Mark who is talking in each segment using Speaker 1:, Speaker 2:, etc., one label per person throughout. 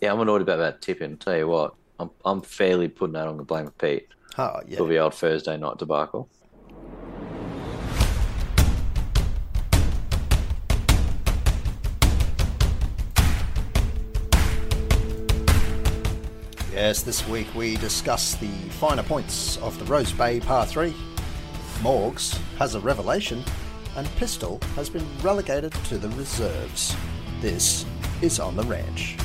Speaker 1: Yeah, I'm annoyed about that tipping. Tell you what, I'm I'm fairly putting that on the blame of Pete
Speaker 2: Oh, yeah.
Speaker 1: for the old Thursday night debacle.
Speaker 2: Yes, this week we discuss the finer points of the Rose Bay Par 3. Morgs has a revelation, and Pistol has been relegated to the reserves. This is On the Ranch.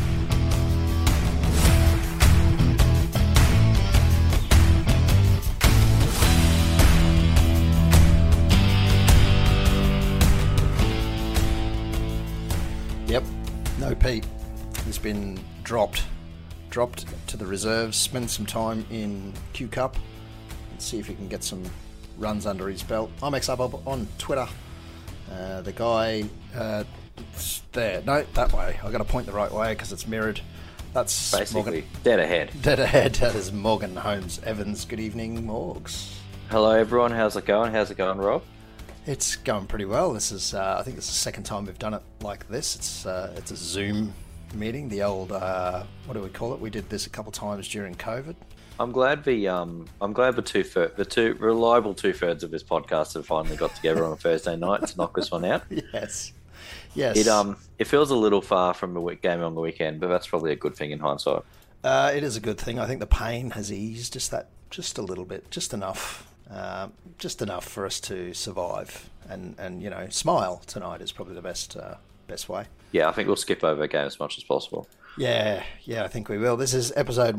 Speaker 2: Yep, no Pete. He's been dropped. Dropped to the reserves, spend some time in Q Cup, and see if he can get some runs under his belt. I'm XRBob on Twitter. Uh, the guy uh, it's there, no, that way. i got to point the right way because it's mirrored. That's
Speaker 1: Basically,
Speaker 2: Morgan.
Speaker 1: dead ahead.
Speaker 2: Dead ahead, that is Morgan Holmes Evans. Good evening, Morgs.
Speaker 1: Hello, everyone. How's it going? How's it going, Rob?
Speaker 2: It's going pretty well. This is, uh, I think, it's the second time we've done it like this. It's uh, it's a Zoom meeting. The old, uh, what do we call it? We did this a couple times during COVID.
Speaker 1: I'm glad the um, I'm glad the two thir- the two reliable two thirds of this podcast have finally got together on a Thursday night to knock this one out.
Speaker 2: Yes, yes.
Speaker 1: It um, it feels a little far from the we- game on the weekend, but that's probably a good thing in hindsight.
Speaker 2: uh, it is a good thing. I think the pain has eased just that, just a little bit, just enough, um, just enough for us to survive and and you know smile tonight is probably the best uh, best way.
Speaker 1: Yeah, I think we'll skip over the game as much as possible.
Speaker 2: Yeah, yeah, I think we will. This is episode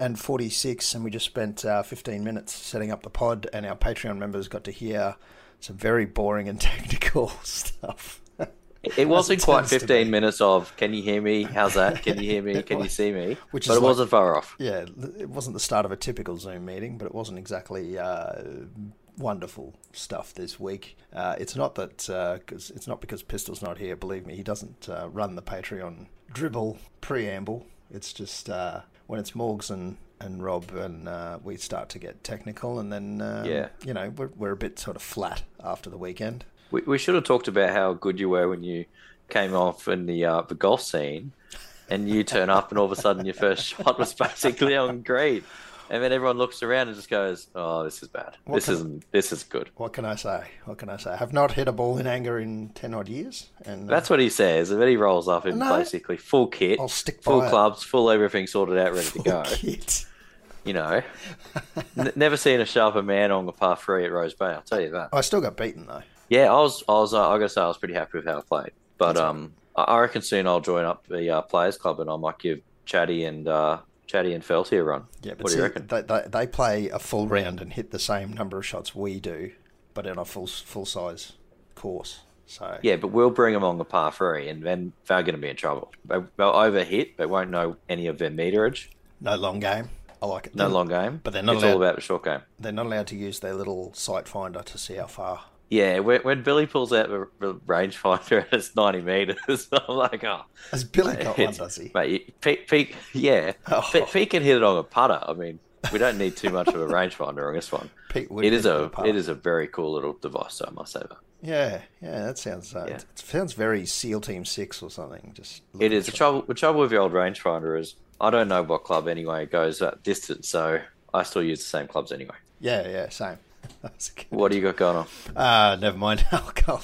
Speaker 2: 146, and we just spent uh, 15 minutes setting up the pod, and our Patreon members got to hear some very boring and technical stuff.
Speaker 1: It- It wasn't
Speaker 2: it
Speaker 1: quite
Speaker 2: tends to
Speaker 1: 15
Speaker 2: be.
Speaker 1: minutes of "Can you hear me? How's that? Can you hear me? Can you see me?"
Speaker 2: Which
Speaker 1: but
Speaker 2: is
Speaker 1: it
Speaker 2: like-
Speaker 1: wasn't far off.
Speaker 2: yeah, l- it wasn't the start of a typical Zoom meeting, but it wasn't exactly uh, wonderful stuff this week. Uh, it's not that uh 'cause it's not because Pistol's not here. Believe me, he doesn't uh, run the Patreon dribble preamble. It's just uh, when it's Morgs and, and Rob and uh, we start to get technical, and then um,
Speaker 1: Yeah.
Speaker 2: you know we're we're a bit sort of flat after the weekend.
Speaker 1: We, we should have talked about how good you were when you came off in the uh, the golf scene, and you turn up, and all of a sudden your first shot was basically on green, and then everyone looks around and just goes, "Oh, this is bad.
Speaker 2: What
Speaker 1: this
Speaker 2: can-
Speaker 1: isn't. This is good."
Speaker 2: What can I say? What can I say? I have not hit a ball in anger in ten odd years, and uh,
Speaker 1: That's what he says, and then he rolls up in
Speaker 2: No.
Speaker 1: basically full kit,
Speaker 2: I'll stick
Speaker 1: full
Speaker 2: by it.
Speaker 1: clubs, full everything sorted out, ready to
Speaker 2: uh,
Speaker 1: go.
Speaker 2: Kit.
Speaker 1: You know, N- never seen a sharper man on the par three at Rose Bay. I'll tell you that.
Speaker 2: I still got beaten though.
Speaker 1: Yeah, I was, I was, uh, I gotta say, I was pretty happy with how I played. But um, I I reckon soon I'll join up the uh, players club and I might give Chatty and uh, Chatty and Felty a run.
Speaker 2: Yeah, but
Speaker 1: what
Speaker 2: see,
Speaker 1: do you reckon?
Speaker 2: They, they, they play a full round and hit the same number of shots we do, but on a full full size course. So
Speaker 1: Yeah, but we'll bring them on the par three, and then they're going to be in trouble. They, they'll overhit. They won't know any of their meterage.
Speaker 2: no long game. I like it.
Speaker 1: No
Speaker 2: They're-
Speaker 1: long game.
Speaker 2: Mm. but they're not
Speaker 1: It's all
Speaker 2: allowed-
Speaker 1: about the short game.
Speaker 2: They're not allowed to use their little sight finder to see how far.
Speaker 1: Yeah, when, when Billy pulls out the, the rangefinder and it's ninety meters, I'm like, oh,
Speaker 2: Has Billy got one?
Speaker 1: It's-
Speaker 2: Does he?
Speaker 1: Mate, you- Pete, Pete, yeah,
Speaker 2: Oh.
Speaker 1: Pete, Pete can hit it on a putter. I mean, we don't need too much of a rangefinder on this one.
Speaker 2: Pete would
Speaker 1: It is
Speaker 2: hit it
Speaker 1: a
Speaker 2: apart.
Speaker 1: it is a very cool little device. I must say that
Speaker 2: Yeah, yeah. That sounds. Uh,
Speaker 1: Yeah.
Speaker 2: It sounds very SEAL Team Six or something. Just
Speaker 1: it is. The trouble the trouble with the old rangefinder is I don't know what club anyway goes that distance, so I still use the same clubs anyway.
Speaker 2: Yeah, yeah. Same. That's good.
Speaker 1: What do you got going on?
Speaker 2: Uh, never mind. I'll, I'll,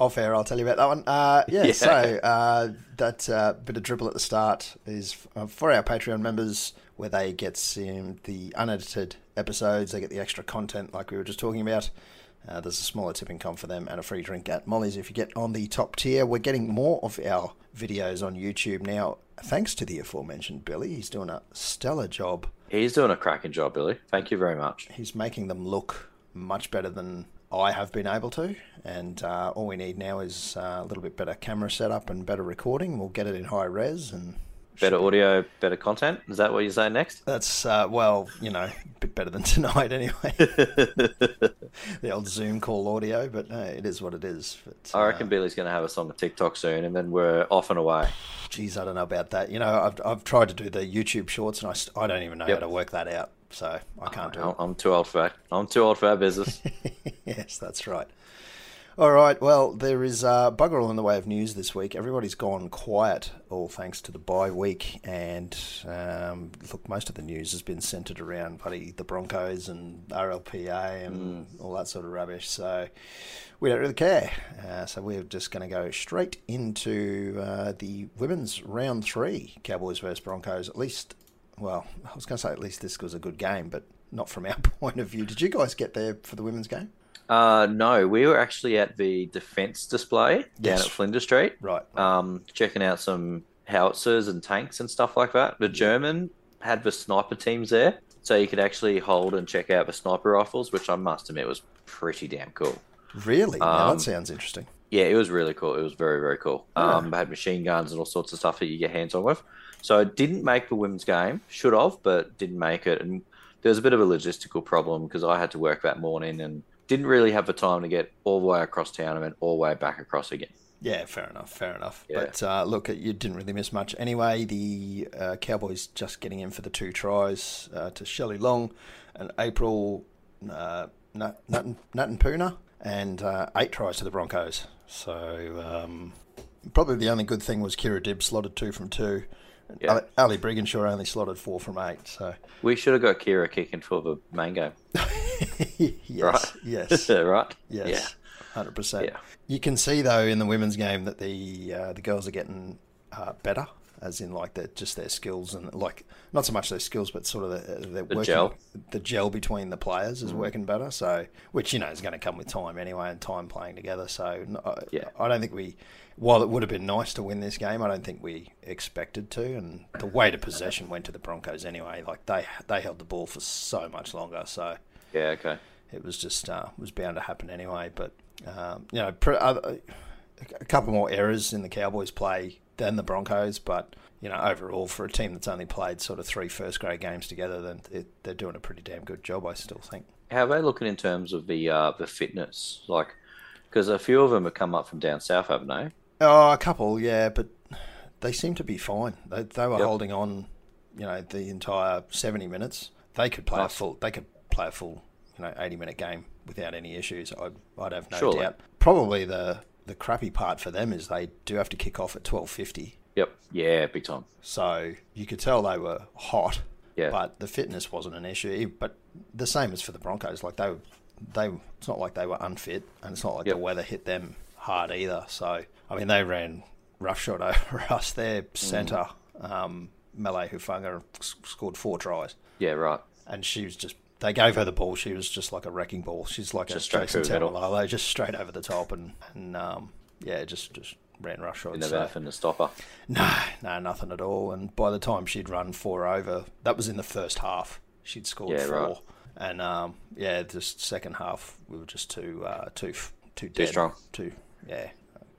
Speaker 2: off air, I'll tell you about that one. Uh, yeah,
Speaker 1: Yeah.
Speaker 2: so uh, that uh, bit of dribble at the start is uh, for our Patreon members where they get some, the unedited episodes, they get the extra content like we were just talking about. Uh, there's a smaller tipping comp for them and a free drink at Molly's if you get on the top tier. We're getting more of our videos on YouTube now, thanks to the aforementioned Billy. He's doing a stellar job
Speaker 1: He's doing a cracking job, Billy. Thank you very much.
Speaker 2: he's making them look much better than I have been able to. And uh, all we need now is uh, a little bit better camera setup and better recording. We'll get it in high res, and
Speaker 1: Better audio, better content. Is that what you say next?
Speaker 2: that's uh, well, you know, a bit better than tonight anyway. the old Zoom call audio, but uh, it is what it is. But,
Speaker 1: I reckon Billy's going to have us on the TikTok soon, and then we're off and away.
Speaker 2: uh, Geez, I don't know about that. You know, I've, I've tried to do the YouTube shorts, and I, st- I don't even know
Speaker 1: Yep.
Speaker 2: how to work that out. So I can't do it.
Speaker 1: I'm I'm too old for that. I'm too old for that business.
Speaker 2: yes, that's right. All right. Well, there is uh, bugger all in the way of news this week. Everybody's gone quiet, all thanks to the bye week. And um, look, most of the news has been centered around bloody the Broncos and RLPA and all that sort of rubbish. So we don't really care. Uh, so we're just going to go straight into uh, the women's round three, Cowboys versus Broncos. At least, well, I was going to say at least this was a good game, but not from our point of view. Did you guys get there for the women's game?
Speaker 1: Uh, no, we were actually at the defense display down
Speaker 2: Yes.
Speaker 1: at Flinders Street,
Speaker 2: Right.
Speaker 1: um, checking out some howitzers and tanks and stuff like that. The German had the sniper teams there, so you could actually hold and check out the sniper rifles, which I must admit was pretty damn cool.
Speaker 2: Really? now
Speaker 1: um,
Speaker 2: that sounds interesting.
Speaker 1: Yeah, it was really cool. It was very, very cool. Um, they had machine guns and all sorts of stuff that you get hands on with. So it didn't make the women's game, should have, but didn't make it. And there was a bit of a logistical problem because I had to work that morning and didn't really have the time to get all the way across town and then all the way back across again.
Speaker 2: Yeah, fair enough, fair enough.
Speaker 1: Yeah.
Speaker 2: But uh, look, you didn't really miss much anyway. The uh, Cowboys just getting in for the two tries uh, to Shelley Long and April uh, Nut, Nut, Nut and Puna, and uh, eight tries to the Broncos. So um, probably the only good thing was Kira Dibb slotted two from two. and
Speaker 1: Yeah.
Speaker 2: Ali- Ali Brigginshaw only slotted four from eight. So
Speaker 1: We should have got Kira kicking for the main game,
Speaker 2: yes, yes,
Speaker 1: right? Yeah.
Speaker 2: Yes, hundred percent.
Speaker 1: Yeah.
Speaker 2: You can see though in the women's game that the uh, the girls are getting uh, better, as in like their just their skills and like not so much their skills, but sort of the, the, working,
Speaker 1: gel. Mm.
Speaker 2: the gel between the players is working better. So which you know is going to come with time anyway, and time playing together. So no, I-
Speaker 1: Yeah.
Speaker 2: I don't think we. While it would have been nice to win this game, I don't think we expected to. And the weight of possession went to the Broncos anyway. Like they they held the ball for so much longer. So
Speaker 1: Yeah, okay.
Speaker 2: it was just uh, was bound to happen anyway. But um, you know, pre- uh, a couple more errors in the Cowboys' play than the Broncos, but you know, overall for a team that's only played sort of three first grade games together, then it, they're doing a pretty damn good job. I still think.
Speaker 1: How are they looking in terms of the uh, the fitness? Like, because a few of them have come up from down south, haven't they?
Speaker 2: Oh, a couple, yeah, but they seem to be fine. They they were
Speaker 1: Yep.
Speaker 2: holding on, you know, the entire seventy minutes. They could play
Speaker 1: Nice.
Speaker 2: a full. They could play a full, you know, eighty minute game without any issues. I'd, I'd have no
Speaker 1: Surely.
Speaker 2: doubt. Probably the the crappy part for them is they do have to kick off at twelve fifty.
Speaker 1: Yep. Yeah, big time.
Speaker 2: So you could tell they were hot,
Speaker 1: Yeah.
Speaker 2: but the fitness wasn't an issue. E, But the same as for the Broncos, like they, they, it's not like they were unfit, and it's not like
Speaker 1: Yep.
Speaker 2: the weather hit them hard either. So I mean, they ran roughshod over us. Their
Speaker 1: Mm.
Speaker 2: centre, um, Malay Hufanga, s- scored four tries,
Speaker 1: Yeah, right.
Speaker 2: and she was just. They gave her the ball. She was just like a wrecking ball. She's like
Speaker 1: Just
Speaker 2: a
Speaker 1: straight
Speaker 2: Jason
Speaker 1: through the middle.
Speaker 2: Tamalolo, just straight over the top, and and um, yeah, just just ran roughshod.
Speaker 1: In the
Speaker 2: So-
Speaker 1: and the stopper.
Speaker 2: no, no, nothing at all. And by the time she'd run four over, that was in the first half. She'd scored
Speaker 1: Yeah,
Speaker 2: four,
Speaker 1: right.
Speaker 2: and um, yeah, just second half we were just too uh, too f- too dead.
Speaker 1: strong.
Speaker 2: Too yeah.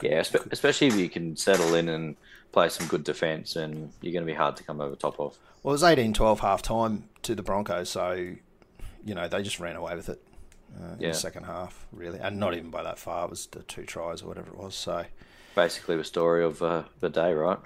Speaker 1: Yeah, espe- especially if you can settle in and play some good defense, and you're going to be hard to come over top of.
Speaker 2: Well, it was 18-12 half time to the Broncos, so you know they just ran away with it uh, in
Speaker 1: Yeah.
Speaker 2: the second half, really, and not even by that far. It was the two tries or whatever it was. So
Speaker 1: Basically, the story of uh, the day, right?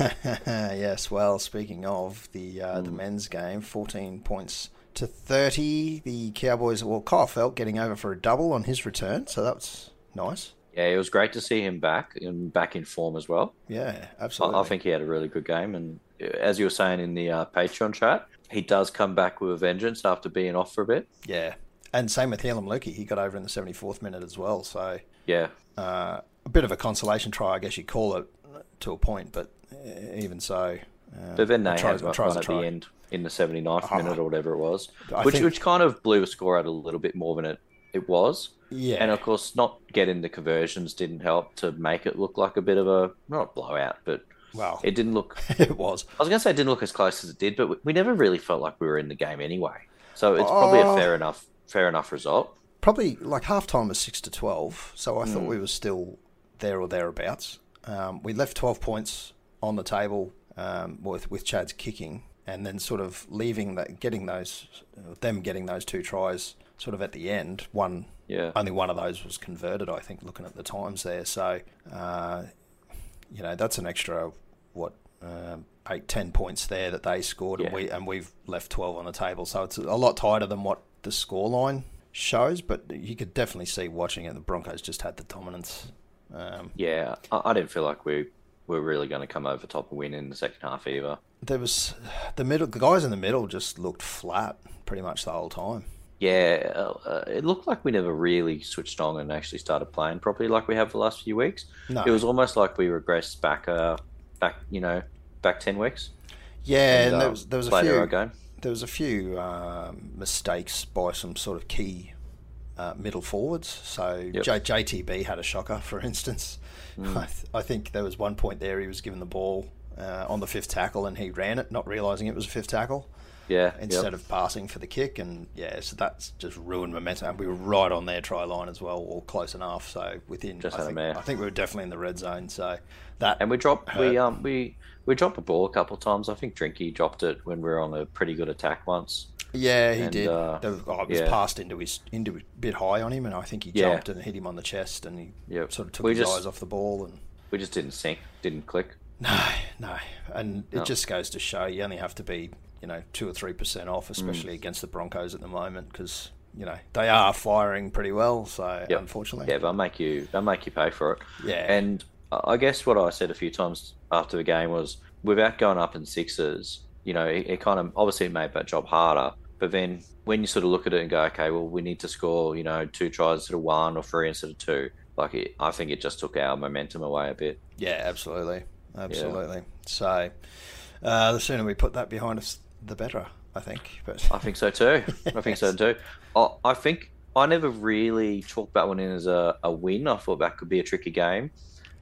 Speaker 2: Uh, yes, well, speaking of the uh,
Speaker 1: Hmm.
Speaker 2: the men's game, fourteen points to thirty. The Cowboys, well, Kyle Felt getting over for a double on his return, so that's nice.
Speaker 1: Yeah, it was great to see him back and back in form as well.
Speaker 2: Yeah, absolutely.
Speaker 1: I, I think he had a really good game, and uh, as you were saying in the uh, Patreon chat, he does come back with a vengeance after being off for a bit.
Speaker 2: Yeah, and same with Helam Lukey. He got over in the seventy fourth minute as well. So
Speaker 1: Yeah,
Speaker 2: uh, a bit of a consolation try, I guess you call it, to a point. But uh, even so, uh,
Speaker 1: but then
Speaker 2: a
Speaker 1: they
Speaker 2: try's-
Speaker 1: had
Speaker 2: a
Speaker 1: one
Speaker 2: try's a
Speaker 1: one at the
Speaker 2: try.
Speaker 1: end in the 79th minute or whatever it was,
Speaker 2: Ah. I
Speaker 1: which
Speaker 2: think-
Speaker 1: which kind of blew the score out a little bit more than it it was.
Speaker 2: Yeah,
Speaker 1: And of course, not getting the conversions didn't help to make it look like a bit of a not blowout, but
Speaker 2: well,
Speaker 1: it didn't look.
Speaker 2: it was.
Speaker 1: I was going to say it didn't look as close as it did, but we, we never really felt like we were in the game anyway. So it's probably
Speaker 2: Oh.
Speaker 1: a fair enough, fair enough result.
Speaker 2: probably like half time was six to twelve, so I thought we were still there or thereabouts. Um, we left twelve points on the table um, with with Chad's kicking, and then sort of leaving that, getting those, them getting those two tries sort of at the end. One,
Speaker 1: Yeah.
Speaker 2: only one of those was converted. I think looking at the times there, so uh, you know that's an extra what um, eight ten points there that they scored
Speaker 1: Yeah.
Speaker 2: and we and we've left twelve on the table so it's a lot tighter than what the score line shows, but you could definitely see watching it. The Broncos just had the dominance. Um,
Speaker 1: Yeah, I, I didn't feel like we were really going to come over top and win in the second half either.
Speaker 2: there was the middle. The guys in the middle just looked flat pretty much the whole time.
Speaker 1: Yeah, uh, uh, it looked like we never really switched on and actually started playing properly like we have the last few weeks.
Speaker 2: No.
Speaker 1: It was almost like we regressed back, uh, back you know, back ten weeks.
Speaker 2: Yeah, and,
Speaker 1: uh,
Speaker 2: there was there was a
Speaker 1: played
Speaker 2: few
Speaker 1: our game.
Speaker 2: there was a few um, mistakes by some sort of key uh, middle forwards. So J- JTB had a shocker, for instance.
Speaker 1: Hmm.
Speaker 2: I, th- I think there was one point there he was given the ball uh, on the fifth tackle and he ran it, not realizing it was a fifth tackle.
Speaker 1: Yeah,
Speaker 2: Instead
Speaker 1: yep.
Speaker 2: of passing for the kick, and yeah, so that's just ruined momentum. And we were right on their try line as well, or close enough. So within,
Speaker 1: Just
Speaker 2: I
Speaker 1: had a
Speaker 2: think,
Speaker 1: mare.
Speaker 2: I think we were definitely in the red zone. So that
Speaker 1: and we dropped we um we we dropped the ball a couple of times. I think Drinky dropped it when we were on a pretty good attack once.
Speaker 2: Yeah, he
Speaker 1: And,
Speaker 2: did.
Speaker 1: uh,
Speaker 2: There was- oh, it was
Speaker 1: yeah.
Speaker 2: passed into his into a bit high on him, and I think he
Speaker 1: Yeah.
Speaker 2: jumped and hit him on the chest, and he
Speaker 1: Yep.
Speaker 2: sort of took
Speaker 1: We
Speaker 2: his
Speaker 1: just-
Speaker 2: eyes off the ball. And
Speaker 1: We just didn't sync, didn't click.
Speaker 2: no, no, and it just goes to show you only have to be you know two or three percent off,
Speaker 1: Mm.
Speaker 2: especially against the Broncos at the moment, because you know they are firing pretty well. So
Speaker 1: Yep.
Speaker 2: unfortunately,
Speaker 1: Yeah, they'll make you they'll make you pay for it.
Speaker 2: Yeah.
Speaker 1: And I I guess what I said a few times after the game was without going up in sixes, you know, it, it kind of obviously made that job harder. But then when you sort of look at it and go, okay, well, we need to score, you know, two tries instead of one or three instead of two. Like, it, I think it just took our momentum away a bit.
Speaker 2: Yeah, absolutely, absolutely. So uh, the sooner we put that behind us, the better, I think. But
Speaker 1: I think so too. I think so
Speaker 2: Yes.
Speaker 1: too. I, I think I never really chalked that one in as a, a win. I thought that could be a tricky game,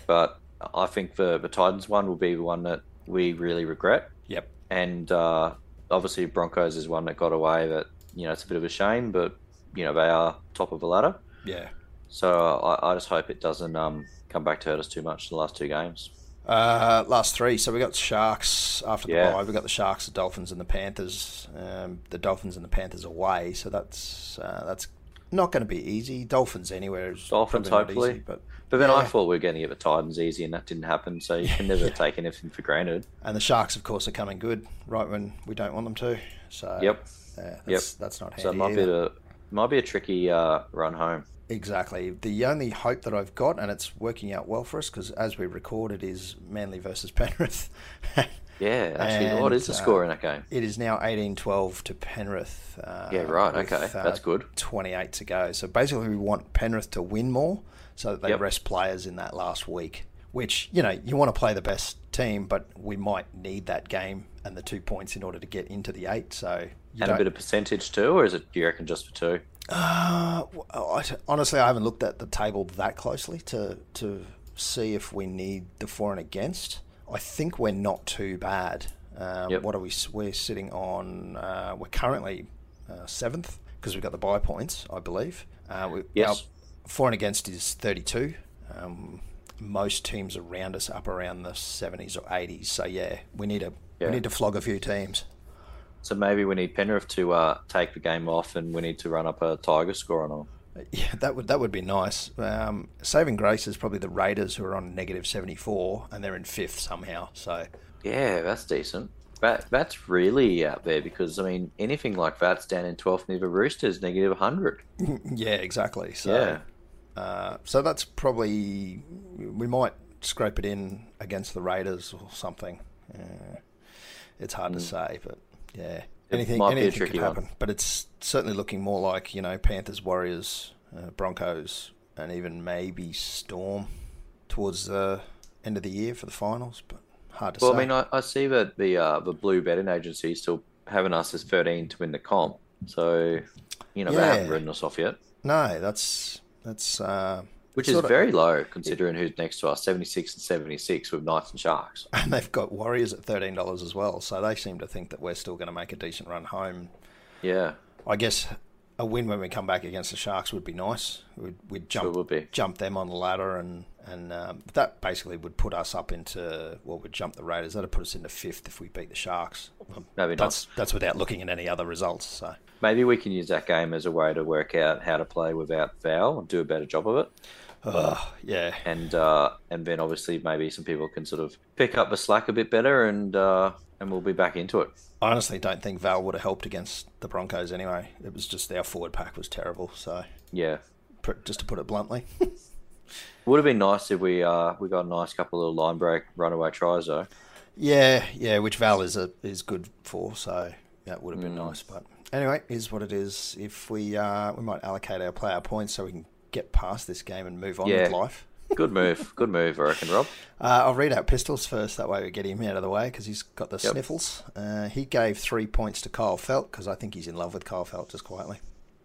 Speaker 1: but I think the, the Titans one will be the one that we really regret.
Speaker 2: yep,
Speaker 1: And uh, obviously Broncos is one that got away. That you know it's a bit of a shame, but you know they are top of the ladder.
Speaker 2: yeah.
Speaker 1: So I, I just hope it doesn't um, come back to hurt us too much in the last two games.
Speaker 2: Uh, last three. So we got Sharks after the
Speaker 1: Yeah.
Speaker 2: bye. We got the Sharks, the Dolphins, and the Panthers. Um, the Dolphins and the Panthers away. So that's uh, that's not going to be easy. Dolphins anywhere is
Speaker 1: Dolphins,
Speaker 2: probably not
Speaker 1: hopefully.
Speaker 2: easy, but
Speaker 1: But then I
Speaker 2: Yeah.
Speaker 1: thought we were going to get the Titans easy, and that didn't happen. So you can never take anything for granted.
Speaker 2: and the Sharks, of course, are coming good right when we don't want them to. So
Speaker 1: Yep.
Speaker 2: yeah, that's, that's not handy.
Speaker 1: So it might be
Speaker 2: either.
Speaker 1: a might be a tricky uh, run home.
Speaker 2: Exactly. The only hope that I've got, and it's working out well for us, because as we record, it is Manly versus Penrith.
Speaker 1: Yeah, actually,
Speaker 2: And,
Speaker 1: what is the
Speaker 2: uh,
Speaker 1: score in that game?
Speaker 2: It is now eighteen twelve to Penrith. Uh,
Speaker 1: Yeah, right, okay, that's good.
Speaker 2: 28 to go. So basically, we want Penrith to win more so that they
Speaker 1: Yep.
Speaker 2: rest players in that last week, which, you know, you want to play the best team, but we might need that game and the two points in order to get into the eight. So
Speaker 1: And
Speaker 2: you
Speaker 1: a
Speaker 2: don't.
Speaker 1: bit of percentage too, or is it? Do you reckon just for two?
Speaker 2: Uh, w- I- honestly, I haven't looked at the table that closely to, to see if we need the for and against. I think we're not too bad. Um,
Speaker 1: Yep.
Speaker 2: What are we? s- We're sitting on. Uh, we're currently uh, seventh because we've got the buy points, I believe. Uh, we,
Speaker 1: Yes.
Speaker 2: Our for and against is thirty-two. Um, most teams around us up around the seventies or eighties. So yeah, we need a
Speaker 1: Yeah.
Speaker 2: we need to flog a few teams.
Speaker 1: So maybe we need Penrith to uh, take the game off, and we need to run up a Tiger score on them.
Speaker 2: Yeah, that would that would be nice. Um, saving grace is probably the Raiders who are on negative seventy four and they're in fifth somehow. So
Speaker 1: Yeah, that's decent. That that's really out there because I mean anything like that's down in twelfth near the Roosters negative hundred.
Speaker 2: yeah, exactly. So
Speaker 1: Yeah,
Speaker 2: uh, so that's probably we might scrape it in against the Raiders or something. Uh, it's hard to say, but yeah, anything
Speaker 1: Mm. might be a
Speaker 2: anything
Speaker 1: tricky
Speaker 2: could
Speaker 1: one.
Speaker 2: happen. But it's certainly looking more like you know Panthers, Warriors, uh, Broncos, and even maybe Storm towards the end of the year for the finals. But hard to
Speaker 1: Well,
Speaker 2: say.
Speaker 1: I mean, I, I see that the uh, the blue betting agency is still having us as thirteen to win the comp. So, you know, they haven't
Speaker 2: Yeah.
Speaker 1: written us off yet,
Speaker 2: No, that's that's uh,
Speaker 1: which is
Speaker 2: sort of-
Speaker 1: very low considering who's next to us, seventy six and seventy six with Knights and Sharks.
Speaker 2: and they've got Warriors at thirteen dollars as well, so they seem to think that we're still going to make a decent run home.
Speaker 1: Yeah,
Speaker 2: I guess a win when we come back against the Sharks would be nice. We'd, we'd jump
Speaker 1: Sure would be.
Speaker 2: jump them on the ladder, and and um, that basically would put us up into well, would jump the Raiders. That'd put us into fifth if we beat the Sharks. Um,
Speaker 1: That'd be
Speaker 2: that's that's without looking at any other results. So
Speaker 1: maybe we can use that game as a way to work out how to play without Val and do a better job of it.
Speaker 2: yeah,
Speaker 1: and uh, and then obviously maybe some people can sort of pick up the slack a bit better and uh, and we'll be back into it.
Speaker 2: I honestly don't think Val would have helped against the Broncos anyway. It was just our forward pack was terrible. So,
Speaker 1: Yeah,
Speaker 2: pr- just to put it bluntly,
Speaker 1: would have been nice if we uh we got a nice couple of line break runaway tries though.
Speaker 2: yeah, yeah, which Val is a, is good for. So that would have been
Speaker 1: Mm.
Speaker 2: nice. But anyway, is what it is. If we uh, we might allocate our player points so we can get past this game and move on with
Speaker 1: Yeah.
Speaker 2: life.
Speaker 1: Good move, good move, I reckon, Rob.
Speaker 2: Uh, I'll read out Pistols first. That way we get him out of the way because he's got the sniffles. Uh, he gave three points to Kyle Felt because I think he's in love with Kyle Felt just quietly.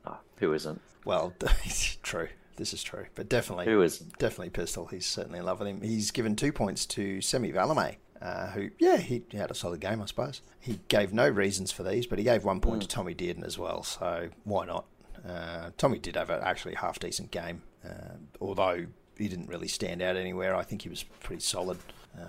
Speaker 1: Ah, who isn't?
Speaker 2: Well, it's true. This is true, but definitely,
Speaker 1: Who isn't?
Speaker 2: definitely Pistol. He's certainly in love with him. He's given two points to Semi Valame, uh, who, yeah, he had a solid game, I suppose. He gave no reasons for these, but he gave one
Speaker 1: Mm.
Speaker 2: point to Tommy Dearden as well. So why not? Uh, Tommy did have an actually half decent game, uh, although he didn't really stand out anywhere. I think he was pretty solid. Uh,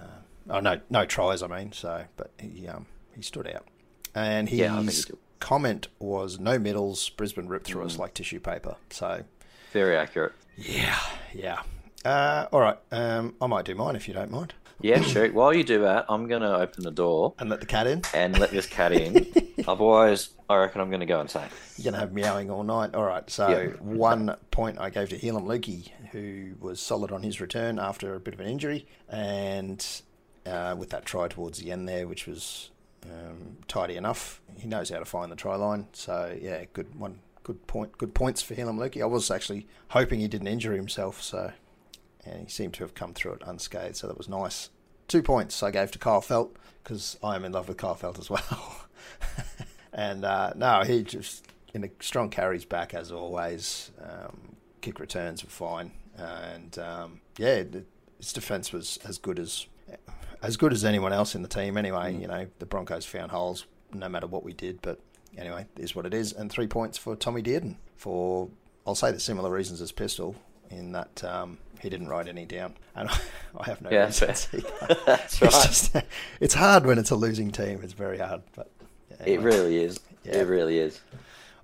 Speaker 2: oh no, no tries. I mean, so but he um, he stood out, and his
Speaker 1: Yeah, I think he did. Mm.
Speaker 2: comment was no middles. Brisbane ripped through us like tissue paper. So
Speaker 1: Very accurate.
Speaker 2: yeah, yeah. Uh, all right, um, I might do mine if you don't mind,
Speaker 1: Yeah, sure. While you do that, I'm gonna open the door
Speaker 2: and let the cat in.
Speaker 1: and let this cat in. Otherwise, I reckon I'm gonna go insane.
Speaker 2: You're gonna have meowing all night. All right, so
Speaker 1: Yeah.
Speaker 2: one point I gave to Helam Lukey, who was solid on his return after a bit of an injury, and uh, with that try towards the end there, which was um, tidy enough. He knows how to find the try line, so yeah, good one, good point, good points for Helam Lukey. I was actually hoping he didn't injure himself, so and he seemed to have come through it unscathed, so that was nice. Two points I gave to Kyle Felt because I am in love with Kyle Felt as well. and uh, no, he just in a strong carries back as always. Um, kick returns were fine, and um, yeah, the, his defense was as good as as good as anyone else in the team. Anyway, you know the Broncos found holes no matter what we did, but anyway, it is what it is. And three points for Tommy Dearden for I'll say the similar reasons as Pistol in that um, he didn't write any down, and I have no
Speaker 1: Yeah,
Speaker 2: reasons.
Speaker 1: that's
Speaker 2: either.
Speaker 1: That's
Speaker 2: It's
Speaker 1: right.
Speaker 2: just it's hard when it's a losing team. It's very hard, but yeah,
Speaker 1: It
Speaker 2: anyway,
Speaker 1: really is.
Speaker 2: Yeah.
Speaker 1: It really is.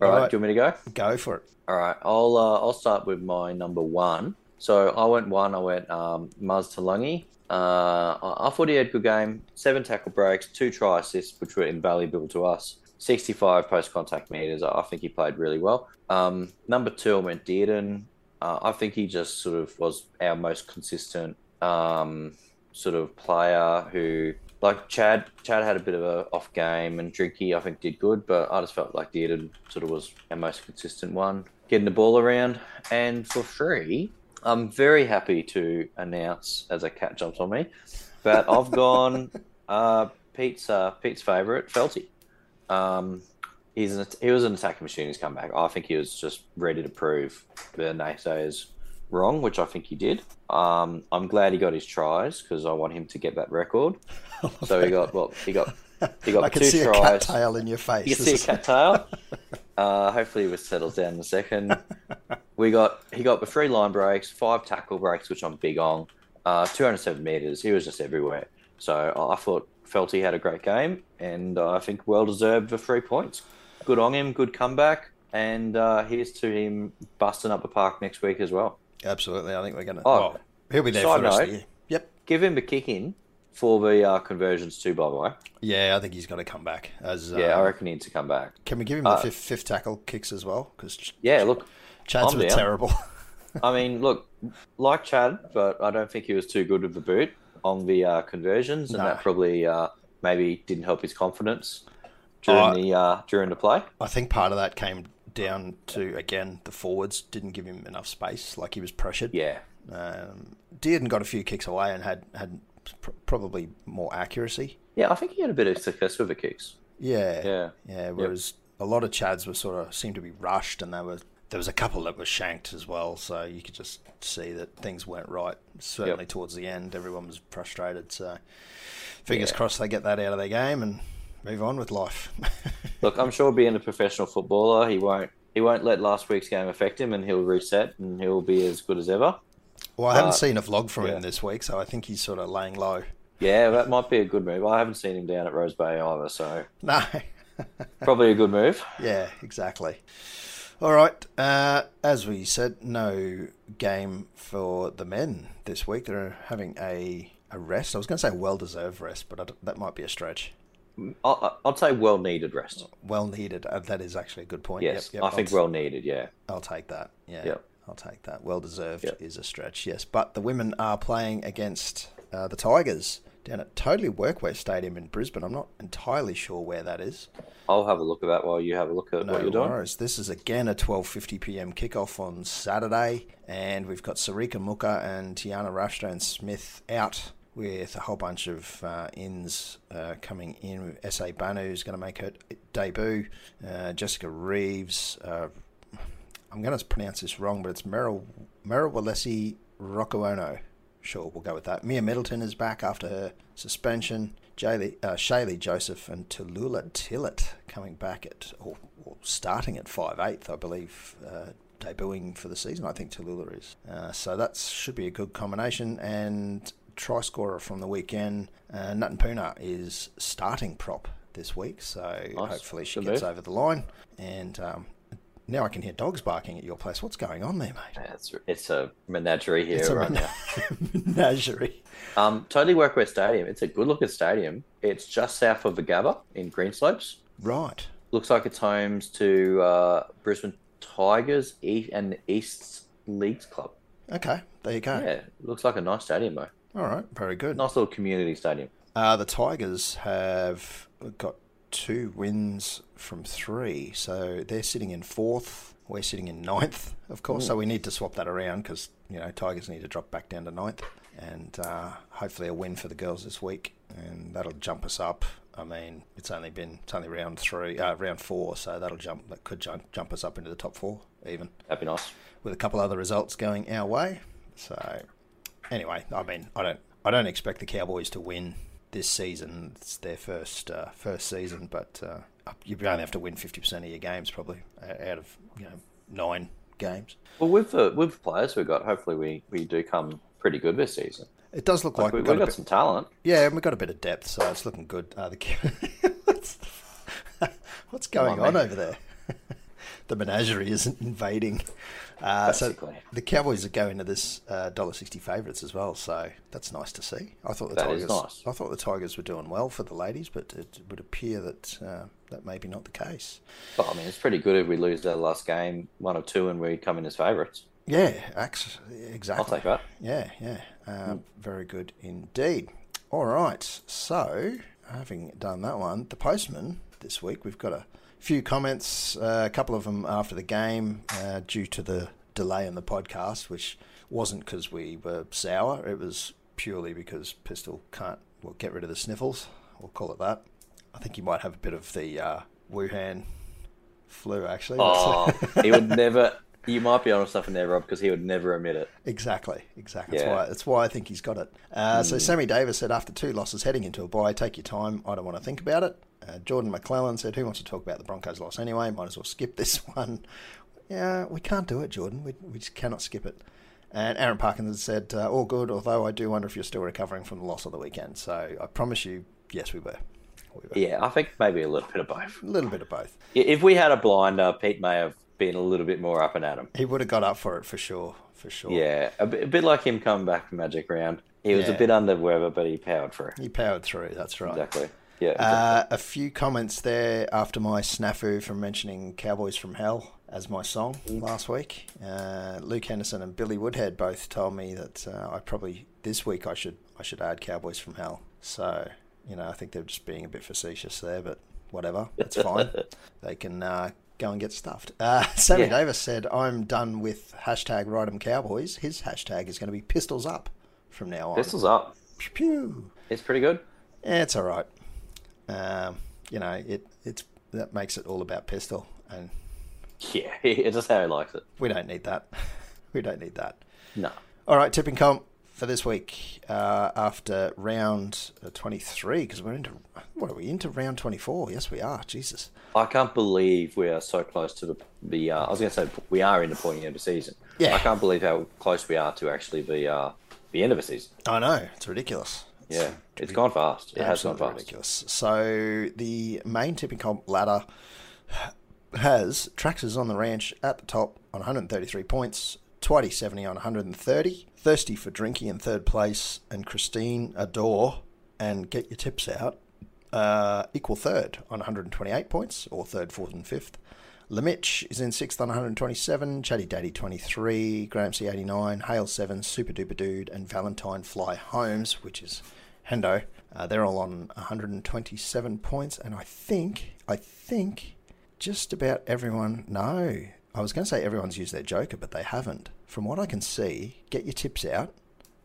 Speaker 1: All right,
Speaker 2: Alright.
Speaker 1: do you want me to go?
Speaker 2: go for it.
Speaker 1: All right, I'll uh, I'll start with my number one. So I went one. I went um, Maz Talungi. Uh, I I thought he had a good game. Seven tackle breaks, two try assists, which were invaluable to us. Sixty-five post-contact meters. I think he played really well. Um, number two, I went Dearden. Uh, I think he just sort of was our most consistent um, sort of player who like Chad Chad had a bit of a off game and Drinky I think did good, but I just felt like Dearden sort of was our most consistent one. Getting the ball around. And for three, I'm very happy to announce as a cat jumps on me, but I've gone uh, Pete's uh, Pete's favourite, Felty. Um, he's an, he was an attacking machine. He's come back. I think he was just ready to prove the naysayers wrong, which I think he did. Um, I'm glad he got his tries because I want him to get that record. So he got well, he got he got
Speaker 2: I can
Speaker 1: two
Speaker 2: see a cat
Speaker 1: tries.
Speaker 2: tail in your face.
Speaker 1: You can
Speaker 2: This
Speaker 1: see a cat
Speaker 2: is-
Speaker 1: tail. Uh, hopefully, it settles down in a second. We got he got the three line breaks, five tackle breaks, which I'm big on. Uh, 207 meters. He was just everywhere. So I I thought Felty had a great game, and uh, I think well deserved the three points. Good on him. Good comeback. And uh, here's to him busting up the park next week as well.
Speaker 2: Absolutely, I think we're gonna.
Speaker 1: Oh,
Speaker 2: Oh, he'll be there for
Speaker 1: side
Speaker 2: the rest of the
Speaker 1: note.
Speaker 2: year. Yep.
Speaker 1: Give him a kick in for the uh, conversions too. By the way,
Speaker 2: Yeah, I think he's got to come back. As
Speaker 1: yeah, I
Speaker 2: um,
Speaker 1: reckon he needs to come back.
Speaker 2: can we give him
Speaker 1: uh,
Speaker 2: the fifth, fifth tackle kicks as well? Because
Speaker 1: Yeah, look,
Speaker 2: Chad's
Speaker 1: I'm
Speaker 2: were
Speaker 1: down.
Speaker 2: terrible.
Speaker 1: I mean, look, like Chad, but I don't think he was too good with the boot on the uh, conversions, and
Speaker 2: No.
Speaker 1: that probably uh, maybe didn't help his confidence during
Speaker 2: Oh.
Speaker 1: the uh, during the play.
Speaker 2: I think part of that came down to again the forwards didn't give him enough space. Like he was pressured.
Speaker 1: Yeah,
Speaker 2: Um, Dearden got a few kicks away and had had pr- probably more accuracy.
Speaker 1: yeah, I think he had a bit of success with the kicks.
Speaker 2: Yeah.
Speaker 1: Yeah.
Speaker 2: Yeah. Whereas a lot of Chads were sort of seemed to be rushed, and they were there was a couple that were shanked as well. So you could just see that things weren't right. Certainly towards the end, everyone was frustrated. So fingers crossed they get that out of their game and move on with life.
Speaker 1: Look, I'm sure being a professional footballer, he won't he won't let last week's game affect him, and he'll reset and he'll be as good as ever.
Speaker 2: well, I haven't
Speaker 1: Uh,
Speaker 2: seen a vlog from
Speaker 1: yeah.
Speaker 2: him this week, so I think he's sort of laying low.
Speaker 1: Yeah, that might be a good move. I haven't seen him down at Rose Bay either, so
Speaker 2: No.
Speaker 1: probably a good move.
Speaker 2: Yeah, exactly. All right. Uh, as we said, no game for the men this week. They're having a, a rest. I was going to say well deserved rest, but I d that might be a stretch.
Speaker 1: I, I'd say well needed rest.
Speaker 2: Well needed. Uh, that is actually a good point. Yep,
Speaker 1: Yes,
Speaker 2: yep,
Speaker 1: I think
Speaker 2: I'll,
Speaker 1: well needed. Yeah,
Speaker 2: I'll take that. Yeah.
Speaker 1: Yep.
Speaker 2: I'll take that. Well deserved
Speaker 1: Yep.
Speaker 2: is a stretch. Yes, but the women are playing against uh, the Tigers down at Totally Workwear Stadium in Brisbane. I'm not entirely sure where that is.
Speaker 1: I'll have a look at that while you have a look at
Speaker 2: No
Speaker 1: what you're doing.
Speaker 2: worries. This is again a 12:50 p.m. kickoff on Saturday, and we've got Sarika Muka and Tiana Rashton Smith out with a whole bunch of uh, ins uh, coming in. SA Banu is going to make her debut. Uh, Jessica Reeves. Uh, I'm going to pronounce this wrong, but it's Merrill Merrill Walesi Rokuono. Sure, we'll go with that. Mia Middleton is back after her suspension. Jaylee, uh, Shaylee Joseph and Tallulah Tillett coming back at, or, or starting at 5'8", I believe, uh, debuting for the season. I think Tallulah is. Uh, so that should be a good combination. And try scorer from the weekend, uh, Nut and Puna is starting prop this week. So hopefully she
Speaker 1: Good
Speaker 2: gets
Speaker 1: move.
Speaker 2: over the line. And um, now I can hear dogs barking at your place. What's going on there, mate?
Speaker 1: It's, it's a menagerie here
Speaker 2: it's a
Speaker 1: right now.
Speaker 2: mena- menagerie.
Speaker 1: Um, totally Workwear Stadium. It's a good looking stadium. It's just south of Agaba in Greenslopes.
Speaker 2: Right.
Speaker 1: Looks like it's homes to uh, Brisbane Tigers E- and East Leagues Club.
Speaker 2: Okay. There you go.
Speaker 1: Yeah, looks like a nice stadium though.
Speaker 2: All right. Very good.
Speaker 1: Nice little community stadium.
Speaker 2: Uh, the Tigers have got two wins from three, so they're sitting in fourth. We're sitting in ninth, of course. So we need to swap that around because you know Tigers need to drop back down to ninth, and uh, hopefully a win for the girls this week, and that'll jump us up. I mean, it's only been it's only round three, uh, round four, so that'll jump that could jump jump us up into the top four even
Speaker 1: That'd be nice.
Speaker 2: with a couple other results going our way. So anyway, I mean, I don't I don't expect the Cowboys to win this season. It's their first uh, first season, but uh, you only have to win fifty percent of your games probably uh, out of you know nine games.
Speaker 1: Well, with the with the players we've got, hopefully we, we do come pretty good this season.
Speaker 2: It does look like
Speaker 1: We,
Speaker 2: we've
Speaker 1: we've
Speaker 2: got,
Speaker 1: got,
Speaker 2: a bit,
Speaker 1: some talent.
Speaker 2: yeah, and we've got a bit of depth, so it's looking good. Uh, the, Cow- what's, what's going
Speaker 1: on,
Speaker 2: on,
Speaker 1: mate.
Speaker 2: over there? the menagerie isn't invading. Uh, so
Speaker 1: Basically.
Speaker 2: The Cowboys are going to this uh, dollar sixty favourites as well, so that's nice to see. I thought the
Speaker 1: That
Speaker 2: Tigers,
Speaker 1: is nice.
Speaker 2: I thought the Tigers were doing well for the ladies, but it would appear that uh, that may be not the case.
Speaker 1: But I mean, it's pretty good if we lose our last game, one or two, and we come in as favourites.
Speaker 2: Yeah, ex-
Speaker 1: I'll
Speaker 2: exactly.
Speaker 1: take that.
Speaker 2: Yeah, yeah,
Speaker 1: Hmm.
Speaker 2: uh, very good indeed. All right, so having done that one, the postman this week we've got a few comments, uh, a couple of them after the game uh, due to the delay in the podcast, which wasn't because we were sour. It was purely because Pistol can't well get rid of the sniffles. We'll call it that. I think he might have a bit of the uh, Wuhan flu actually.
Speaker 1: Oh, he would never. You might be onto something there, Rob, because he would never admit it.
Speaker 2: Exactly, exactly. That's
Speaker 1: Yeah. Hmm.
Speaker 2: why that's why I think he's got it. Uh, So Sammy Davis said, after two losses, heading into a bye, take your time. I don't want to think about it. Uh, Jordan McClellan said, who wants to talk about the Broncos loss anyway? Might as well skip this one. Yeah, we can't do it, Jordan. We, we just cannot skip it. And Aaron Parkinson said, uh, all good, although I do wonder if you're still recovering from the loss of the weekend. So I promise you, yes, we were. We were.
Speaker 1: Yeah, I think maybe a little bit of both.
Speaker 2: A little bit of both.
Speaker 1: I- If we had a blinder, Pete may have been a little bit more up and at him.
Speaker 2: He would have got up for it for sure, for sure.
Speaker 1: Yeah, a bit, a bit like him coming back from Magic Round. He was
Speaker 2: Yeah.
Speaker 1: a bit under the weather, but he powered through.
Speaker 2: He powered through, that's right.
Speaker 1: Exactly. Yeah.
Speaker 2: Uh, a few comments there after my snafu from mentioning Cowboys from Hell as my song last week. Uh, Luke Henderson and Billy Woodhead both told me that uh, I probably this week I should I should add Cowboys from Hell. So you know I think they're just being a bit facetious there, but whatever, that's fine. they can uh, go and get stuffed. Uh, Sammy
Speaker 1: Yeah.
Speaker 2: Davis said, "I'm done with hashtag Ride 'em Cowboys." His hashtag is going to be Pistols Up from now on.
Speaker 1: Pistols up.
Speaker 2: Pew, pew.
Speaker 1: It's pretty good.
Speaker 2: Yeah, it's all right. Um, you know, it it's that makes it all about pistol, and
Speaker 1: Yeah, it's just how he likes it.
Speaker 2: we don't need that. we don't need that.
Speaker 1: No.
Speaker 2: All right, tipping comp for this week uh, after round uh, twenty three because we're into what are we into round twenty four? Yes, we are. Jesus,
Speaker 1: I can't believe we are so close to the. the uh, I was going to say we are in the pointy end of season.
Speaker 2: Yeah.
Speaker 1: I can't believe how close we are to actually the uh, the end of a season.
Speaker 2: I know it's ridiculous.
Speaker 1: Yeah, it's gone fast. It has gone fast.
Speaker 2: Absolutely ridiculous. So the main tipping comp ladder has Traxxas on the ranch at the top on 133 points, Twitty 70 on 130, Thirsty for Drinky in third place, and Christine Adore and Get Your Tips Out uh, equal third on 128 points, or third, fourth, and fifth. Lemitch is in sixth on 127, Chatty Daddy 23, Graham C 89, Hale 7, Super Duper Dude, and Valentine Fly Holmes, which is Hendo. Uh, they're all on 127 points, and I think, I think just about everyone. No, I was going to say everyone's used their Joker, but they haven't. From what I can see, get your tips out,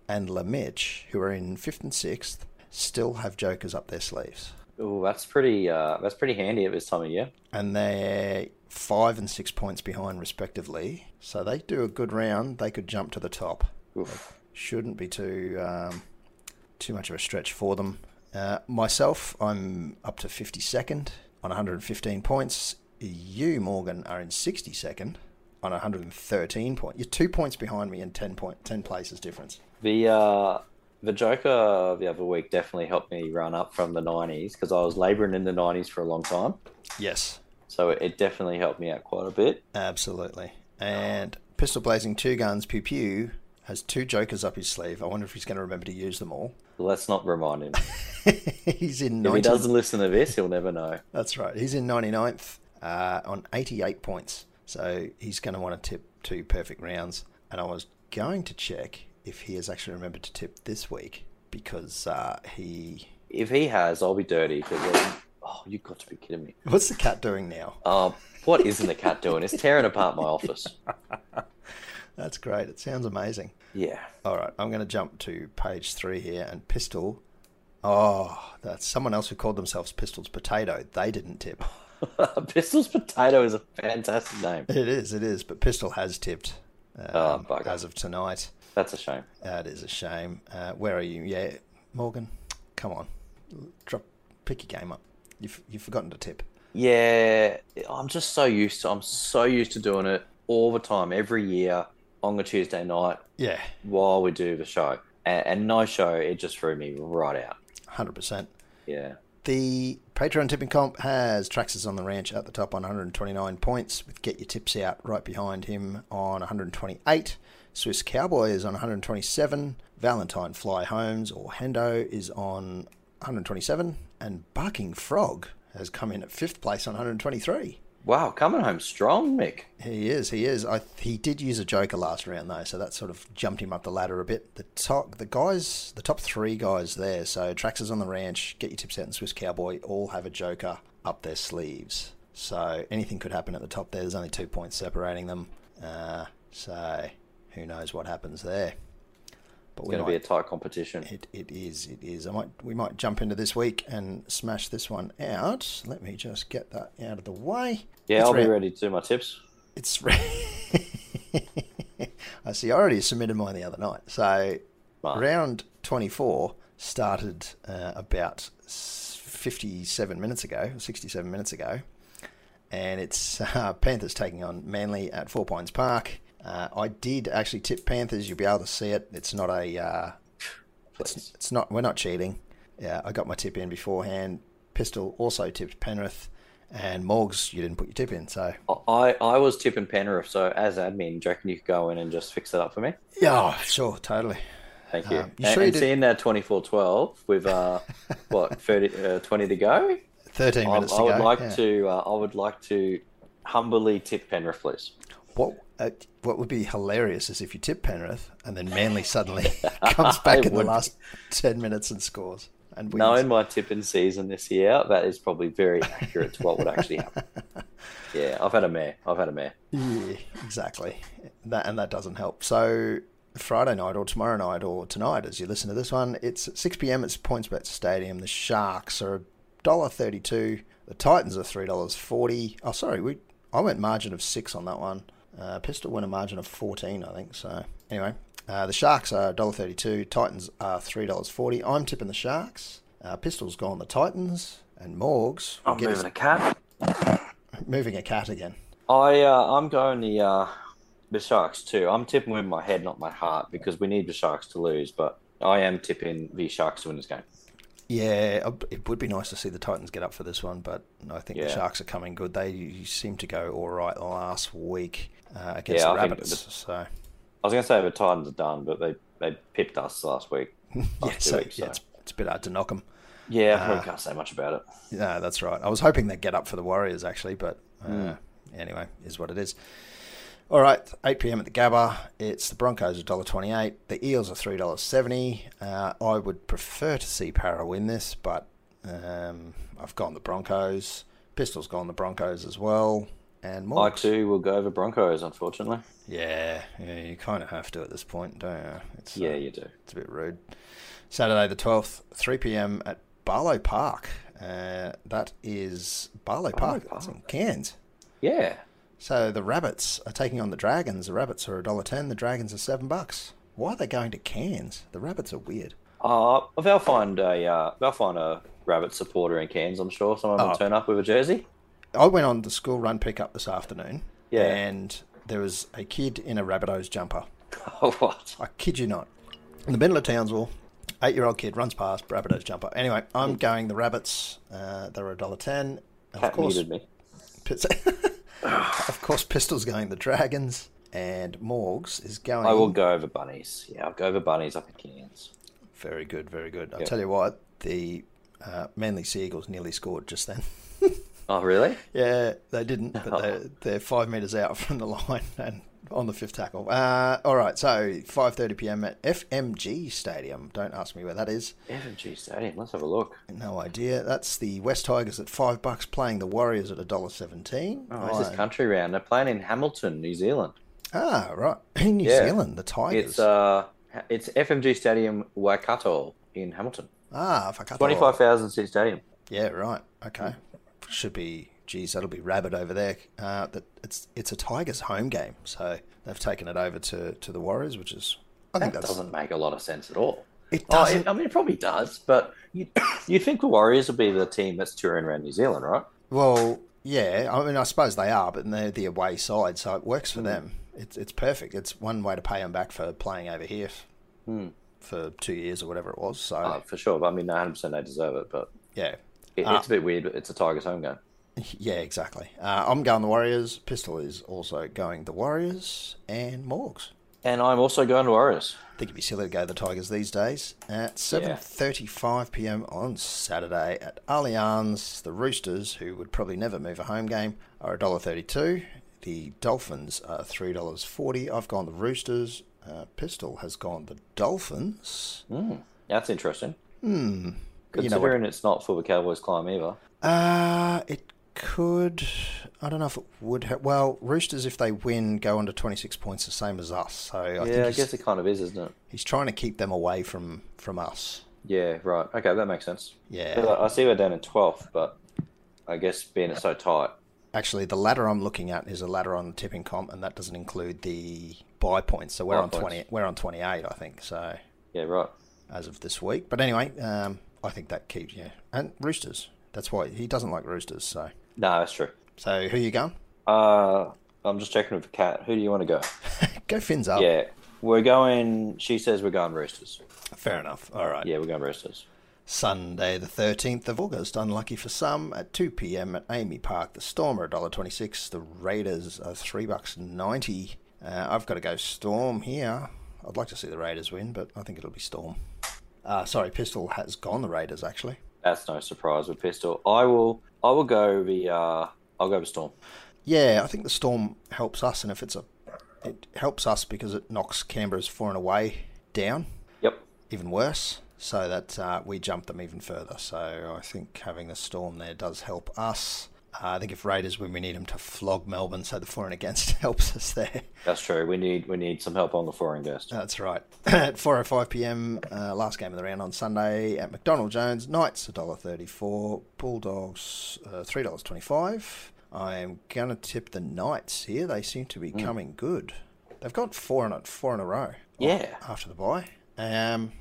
Speaker 2: and Lemitch, who are in fifth and sixth, still have Jokers up their sleeves.
Speaker 1: Oh, that's pretty. Uh, that's pretty handy at this time of year.
Speaker 2: and they're five and six points behind respectively. So they do a good round, they could jump to the top.
Speaker 1: Oof.
Speaker 2: Shouldn't be too um, too much of a stretch for them. Uh, myself, I'm up to 52nd on 115 points. You, Morgan, are in 62nd on 113 points. You're two points behind me and 10 point 10 places difference.
Speaker 1: The uh, the Joker the other week definitely helped me run up from the nineties because I was labouring in the nineties for a long time.
Speaker 2: Yes,
Speaker 1: So it definitely helped me out quite a bit.
Speaker 2: Absolutely. And Pistol Blazing Two Guns Pew Pew has two jokers up his sleeve. I wonder if he's going to remember to use them all.
Speaker 1: Let's not remind him.
Speaker 2: he's in
Speaker 1: If he
Speaker 2: 90,
Speaker 1: doesn't listen to this, he'll never know.
Speaker 2: That's right. He's in 99th uh, on 88 points. So he's going to want to tip two perfect rounds. And I was going to check if he has actually remembered to tip this week because uh, he.
Speaker 1: If he has, I'll be dirty because oh, you've got to be kidding me.
Speaker 2: What's the cat doing now?
Speaker 1: Uh, what isn't the cat doing? It's tearing apart my office.
Speaker 2: That's great. It sounds amazing.
Speaker 1: Yeah.
Speaker 2: All right, I'm going to jump to page three here and Pistol. Oh, that's someone else who called themselves Pistol's Potato. They didn't tip.
Speaker 1: Pistol's Potato is a fantastic name.
Speaker 2: It is, it is, but Pistol has tipped
Speaker 1: Oh,
Speaker 2: um,
Speaker 1: bugger.
Speaker 2: as of tonight.
Speaker 1: That's a shame.
Speaker 2: That is a shame. Uh, where are you? Yeah, Morgan, come on, drop, pick your game up. You've you've forgotten to tip.
Speaker 1: Yeah, I'm just so used to. I'm so used to doing it all the time, every year on a Tuesday night
Speaker 2: Yeah,
Speaker 1: while we do the show. And, and no show, it just threw me right out.
Speaker 2: hundred percent.
Speaker 1: Yeah.
Speaker 2: The Patreon tipping comp has Traxxas on the ranch at the top on 129 points, with Get Your Tips Out right behind him on 128. Swiss Cowboy is on 127. Valentine Fly Holmes or Hendo is on 127. And Barking Frog has come in at fifth place on 123.
Speaker 1: Wow, coming home strong, Mick.
Speaker 2: He is. He is. I, he did use a joker last round though, so that sort of jumped him up the ladder a bit. The top, the guys, the top three guys there. So Traxxas on the ranch, get your tips out, and Swiss Cowboy all have a joker up their sleeves. So anything could happen at the top there. There's only two points separating them. Uh, so who knows what happens there? But
Speaker 1: It's
Speaker 2: we
Speaker 1: going to be a
Speaker 2: might,
Speaker 1: tight competition.
Speaker 2: it, it is. It is. I might. We might jump into this week and smash this one out. Let me just get that out of the way.
Speaker 1: Yeah,
Speaker 2: It's
Speaker 1: I'll be
Speaker 2: round-
Speaker 1: ready to do my tips.
Speaker 2: it's. I see. I already submitted mine the other night. So
Speaker 1: Right.
Speaker 2: round twenty-four started uh, about s- fifty-seven minutes ago, sixty-seven minutes ago, and it's uh, Panthers taking on Manly at Four Pines Park. Uh, I did actually tip Panthers. You'll be able to see it. It's not a. Uh,
Speaker 1: Please.
Speaker 2: it's not. We're not cheating. Yeah, I got my tip in beforehand. Pistol also tipped Penrith, and Morgs. You didn't put your tip in, so
Speaker 1: I, I was tipping Penrith, so as admin, do you reckon you could go in and just fix it up for me?
Speaker 2: yeah, oh, sure, totally.
Speaker 1: Thank you.
Speaker 2: Um, you
Speaker 1: and
Speaker 2: sure you
Speaker 1: and
Speaker 2: did-
Speaker 1: seeing that 24 12 with, uh, what, 30, uh, 20 to go?
Speaker 2: 13
Speaker 1: I,
Speaker 2: minutes
Speaker 1: I
Speaker 2: to
Speaker 1: would
Speaker 2: go.
Speaker 1: like
Speaker 2: yeah.
Speaker 1: to. Uh, I would like to humbly tip Penrith, please.
Speaker 2: What, uh, what would be hilarious is if you tip Penrith and then Manly suddenly comes back
Speaker 1: It
Speaker 2: in the
Speaker 1: would be.
Speaker 2: last 10 minutes and scores. And wins.
Speaker 1: Knowing my tipping season this year, that is probably very accurate to what would actually happen. yeah, I've had a mare. I've had a mare.
Speaker 2: Yeah, exactly. That and that doesn't help. So Friday night or tomorrow night or tonight, as you listen to this one, it's at six PM. It's PointsBet Stadium. The Sharks are dollar thirty-two. The Titans are three dollars forty. Oh, sorry, we I went margin of six on that one. Uh, Pistol went a margin of fourteen, I think. So anyway, uh, the Sharks are dollar thirty-two. Titans are three dollars forty. I'm tipping the Sharks. Uh, Pistol's gone the Titans and Morgs. will
Speaker 1: I'm
Speaker 2: get us-
Speaker 1: moving a cat.
Speaker 2: moving a cat again.
Speaker 1: I uh, I'm going the uh, the Sharks too. I'm tipping with my head, not my heart, because we need the Sharks to lose. But I am tipping the Sharks to win this game.
Speaker 2: Yeah, I- it would be nice to see the Titans get up for this one, but I think the
Speaker 1: Yeah.
Speaker 2: Sharks are coming good. They seem to go all right last week uh, against
Speaker 1: Yeah,
Speaker 2: the
Speaker 1: I think
Speaker 2: Rabbits. So,
Speaker 1: I was going to say the Titans are done, but they they pipped us last week.
Speaker 2: yeah,
Speaker 1: Last two
Speaker 2: so,
Speaker 1: weeks,
Speaker 2: yeah,
Speaker 1: so.
Speaker 2: it's, it's a bit hard to knock them.
Speaker 1: Yeah,
Speaker 2: Ah.
Speaker 1: I probably can't say much about it.
Speaker 2: No, that's right. I was hoping they'd get up for the Warriors actually, but uh,
Speaker 1: Mm.
Speaker 2: anyway, is what it is. All right, 8 p.m. at the Gabba. It's the Broncos at $1.28. The Eels are $3.70. Uh, I would prefer to see Para win this, but um, I've gone the Broncos. Pistol's gone the Broncos as well. And more.
Speaker 1: I too will go over Broncos, unfortunately.
Speaker 2: Yeah, yeah, you kind of have to at this point, don't you? It's, uh,
Speaker 1: Yeah, you do.
Speaker 2: it's a bit rude. Saturday the 12th, 3 p.m. at Barlow Park. Uh, that is Barlow,
Speaker 1: Barlow
Speaker 2: Park,
Speaker 1: Park.
Speaker 2: It's in Cairns.
Speaker 1: Yeah.
Speaker 2: So the Rabbits are taking on the Dragons. The Rabbits are $1.10, the Dragons are 7 bucks. Why are they going to Cairns? The Rabbits are weird.
Speaker 1: Uh, they'll find a uh, they'll find a rabbit supporter in Cairns. I'm sure someone will
Speaker 2: Oh.
Speaker 1: turn up with a jersey.
Speaker 2: I went on the school run pickup this afternoon.
Speaker 1: Yeah.
Speaker 2: And there was a kid in a Rabbitohs jumper.
Speaker 1: Oh, what?
Speaker 2: I kid you not. In the middle of Townsville, eight year old kid runs past Rabbitohs jumper. Anyway, I'm going the Rabbits. Uh, they're a dollar ten. And Of
Speaker 1: Cat
Speaker 2: course,
Speaker 1: muted me.
Speaker 2: Pis- of course, Pistol's going the Dragons, and Morgs is going.
Speaker 1: I will go over bunnies. Yeah, I'll go over bunnies up in Cairns.
Speaker 2: Very good, very good. I'll
Speaker 1: Yeah.
Speaker 2: tell you what, the uh, Manly Seagulls nearly scored just then.
Speaker 1: Oh, really?
Speaker 2: Yeah, they didn't, but they're, they're five metres out from the line and on the fifth tackle. Uh, all right, so 5.30 p.m. at FMG Stadium. Don't ask me where that is.
Speaker 1: FMG Stadium. Let's have a look.
Speaker 2: No idea. That's the West Tigers at five bucks playing the Warriors at a dollar seventeen.
Speaker 1: Oh, this is country round. They're playing in Hamilton, New Zealand.
Speaker 2: ah, right. In New
Speaker 1: Yeah.
Speaker 2: Zealand, the Tigers.
Speaker 1: It's uh, it's FMG Stadium Waikato in Hamilton.
Speaker 2: ah, fuck I thought-
Speaker 1: Twenty five thousand seat stadium.
Speaker 2: Yeah, right. Okay. Should be. Geez, that'll be rabid over there. Uh, that it's it's a Tigers home game, so they've taken it over to, to the Warriors, which is I think
Speaker 1: That
Speaker 2: that's
Speaker 1: doesn't make a lot of sense at all.
Speaker 2: it
Speaker 1: Oh,
Speaker 2: doesn't.
Speaker 1: it, I mean, it probably does, but you you think the Warriors will be the team that's touring around New Zealand, right?
Speaker 2: well, yeah. I mean, I suppose they are, but they're the away side, so it works for
Speaker 1: Hmm.
Speaker 2: them. It's it's perfect. It's one way to pay them back for playing over here
Speaker 1: Hmm.
Speaker 2: for two years or whatever it was. So
Speaker 1: Uh, for sure. But I mean, 100 percent they deserve it. But
Speaker 2: yeah,
Speaker 1: it,
Speaker 2: Ah.
Speaker 1: it's a bit weird. But it's a Tigers home game.
Speaker 2: Yeah, exactly. Uh, I'm going the Warriors. Pistol is also going the Warriors and Morgs.
Speaker 1: And I'm also going to Warriors.
Speaker 2: I think it'd be silly to go the Tigers these days. At 7.35 p.m. on Saturday at Allianz, the Roosters, who would probably never move a home game, are $1.32. The Dolphins are $3.40. I've gone the Roosters. Uh, Pistol has gone the Dolphins.
Speaker 1: Mm, that's interesting.
Speaker 2: Hmm. You know what?
Speaker 1: Considering it's not for the Cowboys climb either.
Speaker 2: Uh, it could. I don't know if it would. Ha- well, Roosters, if they win, go under 26 points, the same as us. So I think
Speaker 1: yeah, I
Speaker 2: he's,
Speaker 1: guess it kind of is, isn't it?
Speaker 2: he's trying to keep them away from from us.
Speaker 1: Yeah, right. Okay, that makes sense.
Speaker 2: Yeah.
Speaker 1: But uh, I I see they're down in 12th, but I guess being it so tight.
Speaker 2: Actually, the ladder I'm looking at is a ladder on the tipping comp, and that doesn't include the buy points. So we're
Speaker 1: Buy
Speaker 2: on
Speaker 1: points.
Speaker 2: 20. We're on 28, I think. So
Speaker 1: Yeah, right.
Speaker 2: as of this week. But anyway, um, I think that keeps yeah. And Roosters. That's why he doesn't like Roosters. So
Speaker 1: No, that's true.
Speaker 2: so who you going?
Speaker 1: Uh, I'm just checking with Cat. Who do you want to go?
Speaker 2: Go Fins up.
Speaker 1: Yeah, we're going. She says we're going Roosters.
Speaker 2: Fair enough. All right.
Speaker 1: Yeah, we're going Roosters.
Speaker 2: Sunday, the 13th of August, unlucky for some, at 2 p.m. at Amy Park. The Storm are $1.26, the Raiders are $3.90. Uh, I've got to go Storm here. I'd like to see the Raiders win, but I think it'll be Storm. Uh, sorry, Pistol has gone the Raiders, actually.
Speaker 1: That's no surprise with Pistol. I will. I will go the. Uh, I'll go with Storm.
Speaker 2: Yeah, I think the Storm helps us, and if it's a. It helps us because it knocks Canberra's four and away down,
Speaker 1: Yep.
Speaker 2: even worse, so that uh, we jump them even further. So I think having the storm there does help us. Uh, I think if Raiders win, we need them to flog Melbourne, so the for and against helps us there.
Speaker 1: That's true. We need we need some help on the foreign guest.
Speaker 2: That's right. at 4.05 p.m., uh, last game of the round on Sunday at McDonald Jones, Knights $1.34, Bulldogs uh, $3.25. I am going to tip the Knights here. They seem to be coming good. They've got four in, a, four in a row
Speaker 1: Yeah.
Speaker 2: after the bye. Um,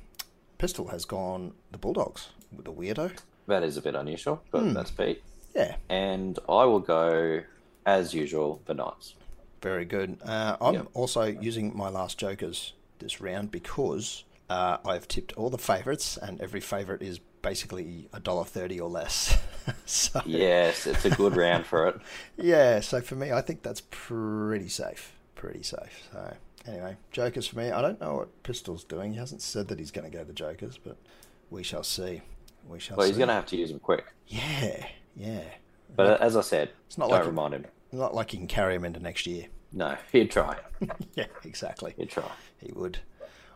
Speaker 2: Pistol has gone the Bulldogs with the weirdo.
Speaker 1: That is a bit unusual, but
Speaker 2: Hmm.
Speaker 1: that's Pete.
Speaker 2: Yeah,
Speaker 1: And I will go as usual the Knights.
Speaker 2: very good. Uh, I'm
Speaker 1: Yep.
Speaker 2: also using my last jokers this round because uh, I've tipped all the favourites, and every favourite is basically a dollar thirty or less. so
Speaker 1: Yes, it's a good round for it.
Speaker 2: yeah, so for me, I think that's pretty safe. Pretty safe. So anyway, jokers for me. I don't know what Pistol's doing. He hasn't said that he's going to go the jokers, but we shall see. We shall
Speaker 1: Well, he's
Speaker 2: see.
Speaker 1: going to have to use them quick.
Speaker 2: Yeah, yeah.
Speaker 1: But as I said,
Speaker 2: It's not
Speaker 1: don't
Speaker 2: like-
Speaker 1: remind him.
Speaker 2: Not like you can carry him into next year.
Speaker 1: No, he'd try.
Speaker 2: yeah, exactly.
Speaker 1: He'd try.
Speaker 2: He would.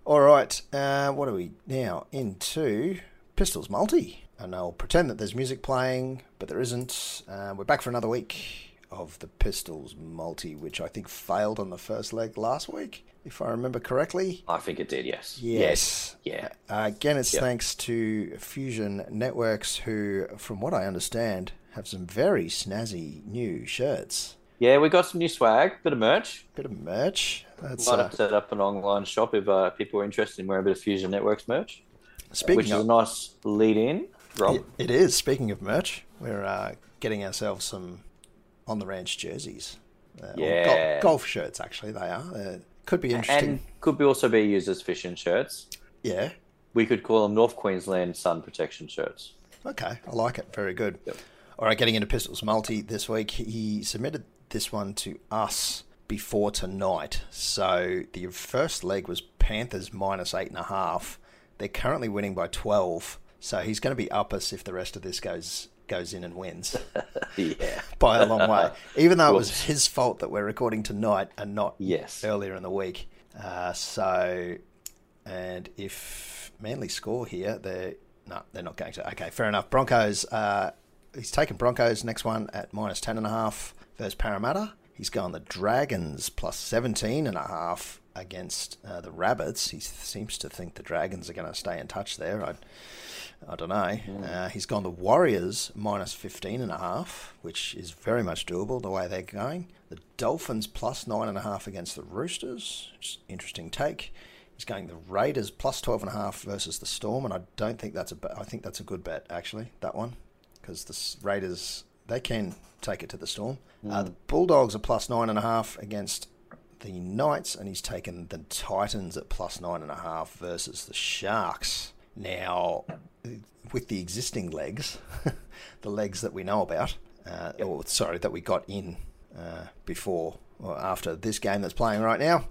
Speaker 2: All right. Uh, what are we now into? Pistols multi. And I'll pretend that there's music playing, but there isn't. Uh, we're back for another week of the Pistols multi, which I think failed on the first leg last week, if I remember correctly.
Speaker 1: I think it did, yes.
Speaker 2: Yes.
Speaker 1: Yeah.
Speaker 2: Uh, again, it's
Speaker 1: Yep.
Speaker 2: thanks to Fusion Networks, who, from what I understand, have some very snazzy new shirts.
Speaker 1: Yeah, we got some new swag, bit of merch.
Speaker 2: Bit of merch. That's
Speaker 1: Might
Speaker 2: uh,
Speaker 1: have to set up an online shop if uh, people are interested in wearing a bit of Fusion Networks merch, which
Speaker 2: speaking
Speaker 1: is a
Speaker 2: of.
Speaker 1: nice lead in, Rob.
Speaker 2: It- it is. Speaking of merch, we're uh, getting ourselves some on the ranch jerseys. Uh, or gol-
Speaker 1: Yeah.
Speaker 2: golf shirts, actually, they are. Uh, could be interesting.
Speaker 1: And could be also be used as fishing shirts.
Speaker 2: yeah.
Speaker 1: We could call them North Queensland sun protection shirts.
Speaker 2: Okay. I like it. Very good.
Speaker 1: Yep.
Speaker 2: All right. Getting into Pistols Multi this week. He submitted this one to us before tonight. So the first leg was Panthers minus eight and a half. They're currently winning by 12. So he's going to be up us if the rest of this goes goes in and wins.
Speaker 1: yeah.
Speaker 2: by a long way. Even though it was his fault that we're recording tonight and not
Speaker 1: Yes.
Speaker 2: earlier in the week. Uh, so, and if Manly score here, they're no, they're not going to. Okay, fair enough. Broncos. Uh, he's taken Broncos next one at minus ten and a half versus Parramatta. He's gone the Dragons plus seventeen and a half against uh, the Rabbits. He seems to think the Dragons are going to stay in touch there. i I don't know. Uh, he's gone the Warriors minus 15 and a half, which is very much doable the way they're going. The Dolphins plus nine and a half against the Roosters, which is an interesting take. He's going the Raiders plus 12 and a half versus the Storm, and I don't think that's a bet. I think that's a good bet actually, that one, because the S- Raiders they can take it to the Storm. Uh, the Bulldogs are plus nine and a half against the Knights, and he's taken the Titans at plus nine and a half versus the Sharks. Now, with the existing legs, the legs that we know about, uh, or sorry, that we got in uh, before or after this game that's playing right now,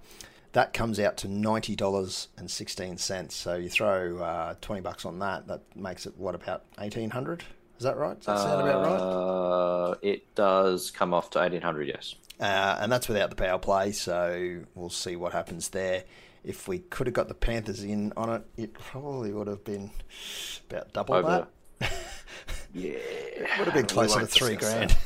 Speaker 2: that comes out to ninety dollars and sixteen cents. So you throw uh, twenty bucks on that, that makes it what about eighteen hundred? Is that right? Does that sound about right?
Speaker 1: Uh, it does come off to 1800, yes.
Speaker 2: Uh, and that's without the power play, so we'll see what happens there. If we could have got the Panthers in on it, it probably would have been about double
Speaker 1: Over.
Speaker 2: that.
Speaker 1: Yeah.
Speaker 2: Would have been closer to three grand.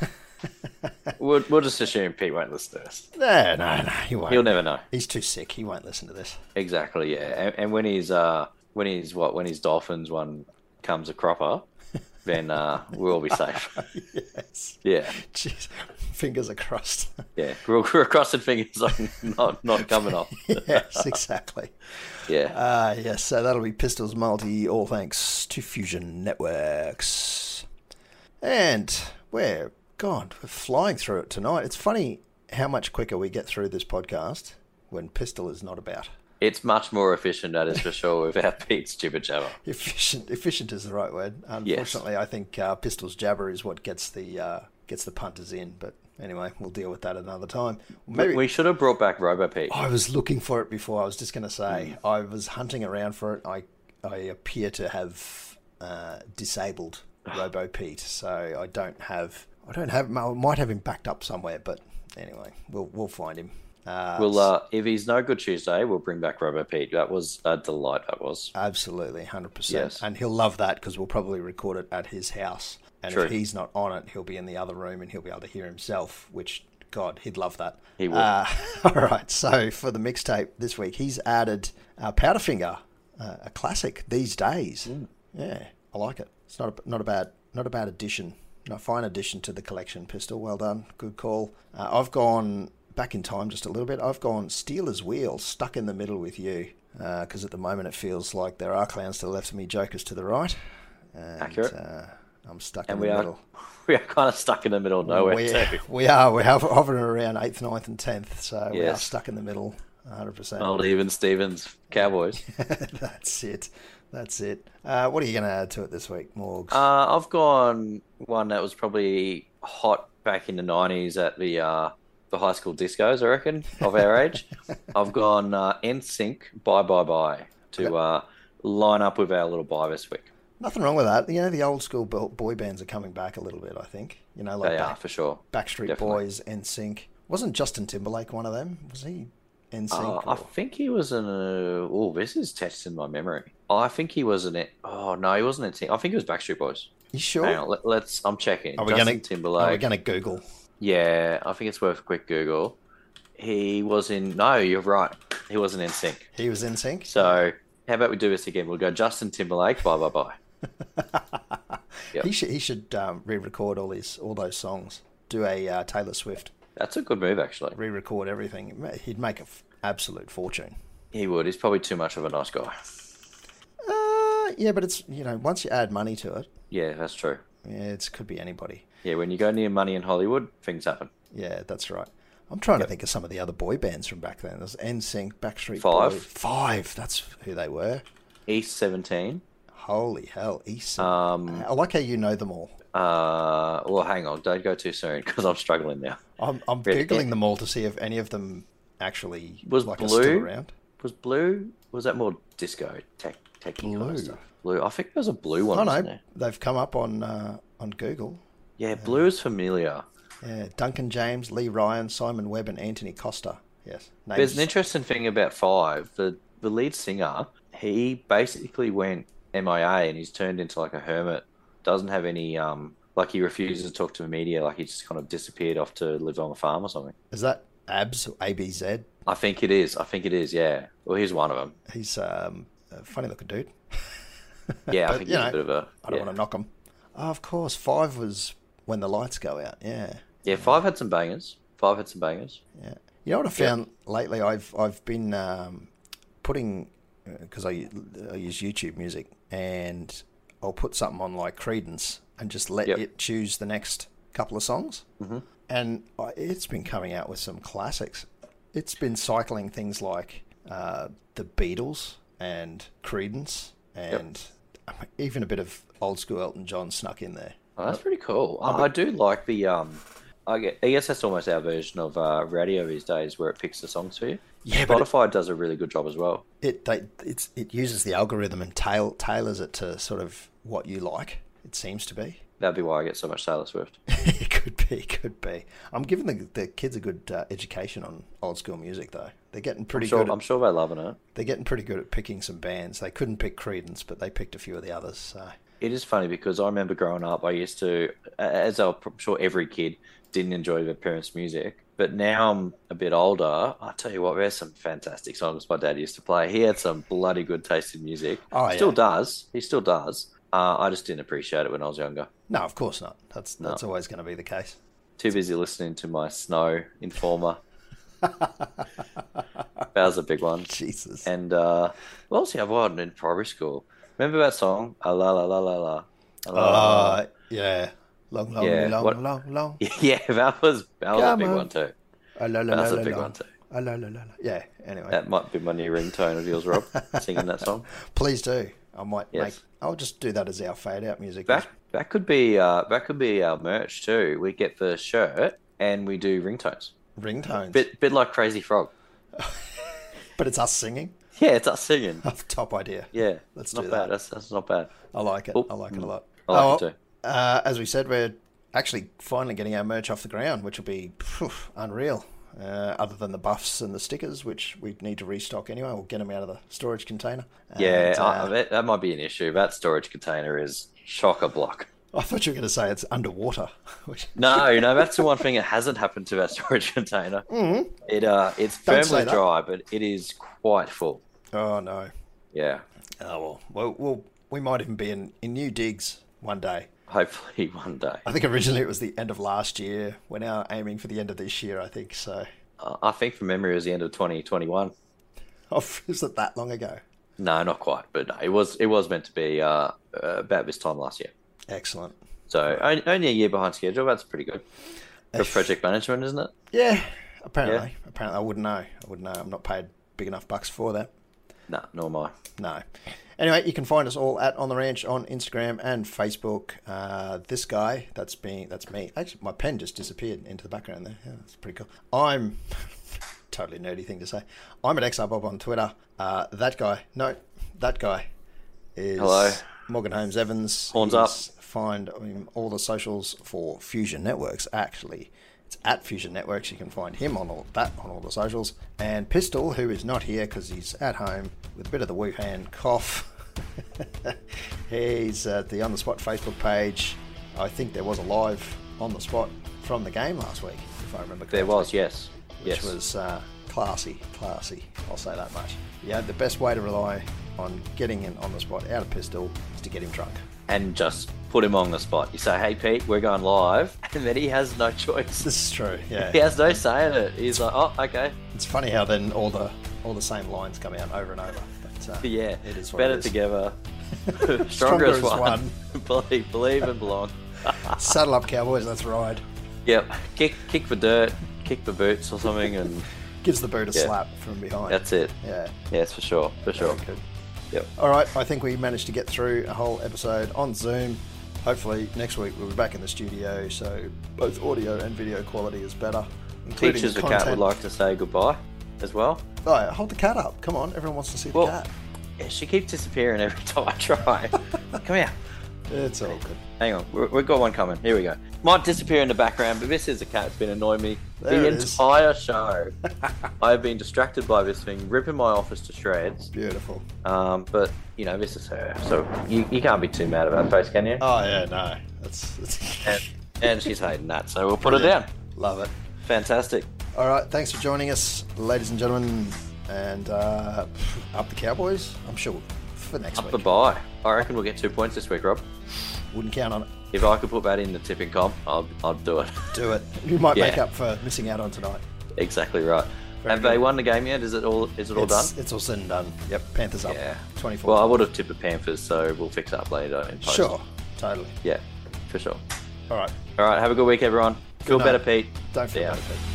Speaker 1: We'll, we'll just assume Pete won't listen to this.
Speaker 2: no, no, no, he won't.
Speaker 1: He'll never know.
Speaker 2: He's too sick. He won't listen to this.
Speaker 1: Exactly, yeah. And, and when he's uh when he's what when his dolphins one comes a cropper, then uh we'll all be safe.
Speaker 2: yes.
Speaker 1: Yeah,
Speaker 2: Jeez. Fingers are crossed.
Speaker 1: yeah. We're, we're crossing fingers on not not coming off.
Speaker 2: yes, exactly.
Speaker 1: Yeah.
Speaker 2: Uh, yes, so that'll be Pistols Multi, all thanks to Fusion Networks. And we're, God, we're flying through it tonight. It's funny how much quicker we get through this podcast when Pistol is not about.
Speaker 1: It's much more efficient, that is for sure, without Pete's jibber jabber.
Speaker 2: Efficient, efficient is the right word. Unfortunately, I think uh, Pistol's jabber is what gets the uh, gets the punters in. But anyway, we'll deal with that another time. Maybe Oh,
Speaker 1: We should have brought back Robo Pete.
Speaker 2: I was looking for it before. I was just going to say
Speaker 1: Mm.
Speaker 2: I was hunting around for it. I I appear to have uh, disabled Robo Pete, so I don't have I don't have I might have him backed up somewhere, but anyway, we'll we'll find him. Uh,
Speaker 1: We'll, uh, if he's no good Tuesday, we'll bring back Robo Pete. That was a delight. That was.
Speaker 2: Ah, absolutely, hundred percent,
Speaker 1: Yes.
Speaker 2: and he'll love that because we'll probably record it at his house. And
Speaker 1: True.
Speaker 2: if he's not on it, he'll be in the other room and he'll be able to hear himself, which, God, he'd love that.
Speaker 1: He would.
Speaker 2: Uh, all right. So for the mixtape this week, he's added uh, Powderfinger, uh, a classic these days.
Speaker 1: Hmm.
Speaker 2: Yeah, I like it. It's not a, not a bad not a bad addition, not a fine addition to the collection. Pistol, well done, good call. Uh, I've gone back in time just a little bit. I've gone Steeler's Wheel, stuck in the middle with you, because at the moment it feels like there are clowns to the left of me, jokers to the right. And,
Speaker 1: Accurate.
Speaker 2: Uh, I'm stuck
Speaker 1: And
Speaker 2: in
Speaker 1: we
Speaker 2: the
Speaker 1: are,
Speaker 2: middle.
Speaker 1: we are kind of stuck in the middle of nowhere, too.
Speaker 2: We, we are. We're hov- hovering around 8th, 9th, and 10th. So we are
Speaker 1: Yes.
Speaker 2: stuck in the middle 100%.
Speaker 1: Old Even Stevens, Cowboys.
Speaker 2: That's it. That's it. Uh, what are you going to add to it this week, Morgs?
Speaker 1: Uh, I've gone one that was probably hot back in the nineties at the uh, the high school discos. I reckon of our age. I've gone uh, NSYNC. Bye bye bye to uh, line up with our little buy this week.
Speaker 2: Nothing wrong with that. You know, the old school bo- boy bands are coming back a little bit. I think. You know, like
Speaker 1: they are
Speaker 2: back,
Speaker 1: for sure.
Speaker 2: Backstreet
Speaker 1: definitely.
Speaker 2: Boys, NSYNC. Wasn't Justin Timberlake one of them? Was he
Speaker 1: Uh,
Speaker 2: NSYNC?
Speaker 1: I
Speaker 2: or-
Speaker 1: think he was in a. Oh, this is testing my memory. I think he was in it. Oh no, he wasn't in. T- I think it was Backstreet Boys.
Speaker 2: you sure?
Speaker 1: Hang on, let, us I'm checking.
Speaker 2: Oh. Are we
Speaker 1: Justin
Speaker 2: gonna-
Speaker 1: Timberlake.
Speaker 2: Oh, we're gonna Google.
Speaker 1: Yeah, I think it's worth a quick Google. He was in. No, you're right. He wasn't in sync.
Speaker 2: He was in sync.
Speaker 1: So how about we do this again? We'll go Justin Timberlake. Bye bye bye. Yep.
Speaker 2: He should he should um, re-record all his all those songs. Do a uh, Taylor Swift
Speaker 1: That's a good move actually.
Speaker 2: re-record everything. Ma- He'd make an f- absolute fortune.
Speaker 1: He would. He's probably too much of a nice guy.
Speaker 2: Uh, yeah, but it's you know once you add money to it,
Speaker 1: Yeah, that's true.
Speaker 2: yeah, it could be anybody.
Speaker 1: Yeah, when you go near money in Hollywood, things happen.
Speaker 2: Yeah, that's right. I'm trying to think of some of the other boy bands from back then. There's NSYNC, Backstreet
Speaker 1: Five.
Speaker 2: Boys, Five. That's who they were.
Speaker 1: East Seventeen.
Speaker 2: Holy hell, East.
Speaker 1: Um.
Speaker 2: I like how you know them all.
Speaker 1: Uh. Well, hang on. Don't go too soon because I'm struggling now.
Speaker 2: I'm, I'm
Speaker 1: Really?
Speaker 2: googling them all to see if any of them actually
Speaker 1: Was
Speaker 2: like are still
Speaker 1: Blue-
Speaker 2: around.
Speaker 1: Was blue? Was that more disco tech? Techie kind of
Speaker 2: Blue.
Speaker 1: stuff? Blue. I think there was a blue one.
Speaker 2: I
Speaker 1: wasn't
Speaker 2: know
Speaker 1: there?
Speaker 2: they've come up on uh, on Google.
Speaker 1: Yeah, blue is familiar.
Speaker 2: Yeah, Duncan James, Lee Ryan, Simon Webb, and Anthony Costa. Yes, names.
Speaker 1: There's an interesting thing about Five. The the lead singer, he basically went MIA and he's turned into like a hermit. Doesn't have any um like he refuses to talk to the media, like he just kind of disappeared off to live on the farm or something.
Speaker 2: Is that Abs A B Z?
Speaker 1: I think it is. I think it is, yeah. Well here's one of them.
Speaker 2: He's um, a funny looking dude.
Speaker 1: Yeah, I
Speaker 2: But,
Speaker 1: think
Speaker 2: you
Speaker 1: he's
Speaker 2: know,
Speaker 1: a bit of a
Speaker 2: I don't
Speaker 1: yeah.
Speaker 2: want to knock him. Oh, of course, five was when the lights go out. Yeah,
Speaker 1: yeah, Five had some bangers. Five had some bangers.
Speaker 2: yeah. You know what I found lately? I've I've been um, putting because I I use YouTube Music and I'll put something on like Credence and just let
Speaker 1: Yep.
Speaker 2: it choose the next couple of songs. Mm-hmm. And I, it's been coming out with some classics. It's been cycling things like uh, the Beatles and Credence and even a bit of old school Elton John snuck in there.
Speaker 1: Oh, that's pretty cool. I, I do like the um. I gue- I guess that's almost our version of uh, radio these days, where it picks the songs for you.
Speaker 2: Yeah, but it-
Speaker 1: Spotify does a really good job as well.
Speaker 2: it they, it's it uses the algorithm and tail, tailors it to sort of what you like. It seems to be.
Speaker 1: That'd be why I get so much Taylor Swift.
Speaker 2: it could be, could be. I'm giving the, the kids a good uh, education on old school music though. They're getting pretty
Speaker 1: Sure,
Speaker 2: good.
Speaker 1: I'm
Speaker 2: At,
Speaker 1: sure they're loving it.
Speaker 2: they're getting pretty good at picking some bands. They couldn't pick Credence, but they picked a few of the others. So
Speaker 1: It is funny because I remember growing up, I used to, as I'm sure every kid didn't enjoy their parents' music. But now I'm a bit older. I tell you what, there's some fantastic songs my dad used to play. He had some bloody good taste in music.
Speaker 2: Oh,
Speaker 1: Still
Speaker 2: yeah.
Speaker 1: does. He still does. Uh, I just didn't appreciate it when I was younger.
Speaker 2: no, of course not. That's that's always going to be the case.
Speaker 1: Too busy listening to my Snow Informer. that was a big one.
Speaker 2: Jesus.
Speaker 1: And uh, what else did I one in primary school? Remember that song? Ah, la la la la la. Ah, la, la, la, la.
Speaker 2: Uh, yeah. Long, long,
Speaker 1: Yeah,
Speaker 2: long,
Speaker 1: what-
Speaker 2: long, long.
Speaker 1: Yeah, that was that was a
Speaker 2: Come
Speaker 1: big
Speaker 2: on.
Speaker 1: one too.
Speaker 2: Ah, la, la,
Speaker 1: That's
Speaker 2: la,
Speaker 1: a
Speaker 2: la,
Speaker 1: big
Speaker 2: la.
Speaker 1: one too.
Speaker 2: Ah, la, la, la, la. Yeah. Anyway.
Speaker 1: That might be my new ringtone of yours, Rob. singing that song.
Speaker 2: Please do. I might
Speaker 1: Yes.
Speaker 2: make. I'll just do that as our fade out music.
Speaker 1: That that could be uh, that could be our merch too. We get the shirt and we do ringtones.
Speaker 2: Ringtones. But,
Speaker 1: Bit bit like Crazy Frog.
Speaker 2: it's us singing.
Speaker 1: Yeah, it's us singing.
Speaker 2: Top idea.
Speaker 1: Yeah,
Speaker 2: Let's
Speaker 1: not
Speaker 2: do
Speaker 1: bad.
Speaker 2: that.
Speaker 1: That's that's not bad.
Speaker 2: I like it.
Speaker 1: Oh,
Speaker 2: I like it a lot.
Speaker 1: I like it too.
Speaker 2: Uh, as we said, we're actually finally getting our merch off the ground, which will be phew, unreal. Uh, other than the buffs and the stickers, which we need to restock anyway, we'll get them out of the storage container.
Speaker 1: Yeah,
Speaker 2: And,
Speaker 1: I,
Speaker 2: uh,
Speaker 1: that, that might be an issue. That storage container is shock a block.
Speaker 2: I thought you were going to say it's underwater. which-
Speaker 1: No, no, that's the one thing that hasn't happened to that storage container. It uh, it's
Speaker 2: Mm-hmm. Don't say
Speaker 1: firmly
Speaker 2: that.
Speaker 1: dry, but it is quite full.
Speaker 2: oh no.
Speaker 1: Yeah,
Speaker 2: Oh well. Well, well, we might even be in, in new digs one day.
Speaker 1: hopefully one day.
Speaker 2: I think originally it was the end of last year. We're now aiming for the end of this year, I think. So,
Speaker 1: Uh, I think from memory it was the end of 2021.
Speaker 2: oh, is it that long ago?
Speaker 1: No, not quite, but no, it was it was meant to be uh, uh, about this time last year.
Speaker 2: Excellent.
Speaker 1: So on- only a year behind schedule. That's pretty good for project management, isn't it?
Speaker 2: Yeah, apparently. Apparently, I wouldn't know. I wouldn't know. I'm not paid big enough bucks for that.
Speaker 1: No, nor am I.
Speaker 2: No. Anyway, you can find us all at On the Ranch on Instagram and Facebook. Uh, this guy, that's being that's me. Actually, my pen just disappeared into the background there. Yeah, that's pretty cool. I'm totally nerdy thing to say. I'm at XRBob on Twitter. Uh, that guy, no, that guy is
Speaker 1: Hello.
Speaker 2: Morgan Holmes Evans.
Speaker 1: Horns
Speaker 2: You can
Speaker 1: up.
Speaker 2: s- Find him all the socials for Fusion Networks. Actually, it's at Fusion Networks. You can find him on all that on all the socials. And Pistol, who is not here because he's at home with a bit of the Wuhan cough. he's at the on the spot Facebook page. I think there was a live on the spot from the game last week, if I remember correctly
Speaker 1: There was, yes.
Speaker 2: which
Speaker 1: yes.
Speaker 2: was uh, classy, classy. I'll say that much. Yeah, the best way to rely on getting him on the spot out of pistol is to get him drunk.
Speaker 1: And just put him on the spot. You say, hey, Pete, we're going live. And then he has no choice.
Speaker 2: This is true. Yeah,
Speaker 1: He has no say in it. He's like, oh, okay.
Speaker 2: it's funny how then all the all the same lines come out over and over. But uh,
Speaker 1: Yeah,
Speaker 2: it is what
Speaker 1: better
Speaker 2: it is.
Speaker 1: together. Stronger,
Speaker 2: Stronger
Speaker 1: as
Speaker 2: as
Speaker 1: one.
Speaker 2: one.
Speaker 1: believe, believe and belong.
Speaker 2: Saddle up, cowboys. Let's ride.
Speaker 1: Yep. Kick, kick for dirt, kick for boots or something, and
Speaker 2: Gives the boot a
Speaker 1: Yeah.
Speaker 2: slap from behind.
Speaker 1: that's it.
Speaker 2: Yeah.
Speaker 1: Yes, for sure, for sure.
Speaker 2: Very good.
Speaker 1: Yep.
Speaker 2: All right, I think we managed to get through a whole episode on Zoom. Hopefully next week we'll be back in the studio, so both audio and video quality is better. Including
Speaker 1: Teachers,
Speaker 2: the
Speaker 1: the cat would
Speaker 2: content.
Speaker 1: like to say goodbye as well.
Speaker 2: Oh, hold the cat up. Come on, everyone wants to see the
Speaker 1: Well-
Speaker 2: cat.
Speaker 1: Yeah, she keeps disappearing every time I try. Come here.
Speaker 2: It's all good.
Speaker 1: Hang on, we- we've got one coming. Here we go. Might disappear in the background, but this is a cat that's been annoying me
Speaker 2: There
Speaker 1: the
Speaker 2: it is.
Speaker 1: entire show. I've been distracted by this thing, ripping my office to shreds.
Speaker 2: Beautiful.
Speaker 1: Um, but you know, this is her, so you, you can't be too mad about face, can you?
Speaker 2: Oh yeah, no, that's, that's
Speaker 1: And, and she's hating that, so we'll put her down.
Speaker 2: Brilliant. love it.
Speaker 1: Fantastic.
Speaker 2: All right, thanks for joining us, ladies and gentlemen, and uh, up the Cowboys. I'm sure for next
Speaker 1: Up the
Speaker 2: week.
Speaker 1: bye. I reckon we'll get two points this week, Rob.
Speaker 2: Wouldn't count on it.
Speaker 1: If I could put that in the tipping comp, I'd, I'd do it.
Speaker 2: Do it. You might make
Speaker 1: Yeah.
Speaker 2: up for missing out on tonight.
Speaker 1: exactly right.
Speaker 2: Very
Speaker 1: Have
Speaker 2: good.
Speaker 1: they won the game yet? Is it all? Is it all
Speaker 2: it's,
Speaker 1: done?
Speaker 2: It's all said and done. Yep, Panthers up.
Speaker 1: Yeah.
Speaker 2: 24.
Speaker 1: Well, I would have tipped the Panthers, so we'll fix it up later. In post.
Speaker 2: sure, totally.
Speaker 1: Yeah, for sure.
Speaker 2: All right,
Speaker 1: All right. Have a good week, everyone. Feel
Speaker 2: night.
Speaker 1: better, Pete.
Speaker 2: don't feel
Speaker 1: Yeah.
Speaker 2: bad.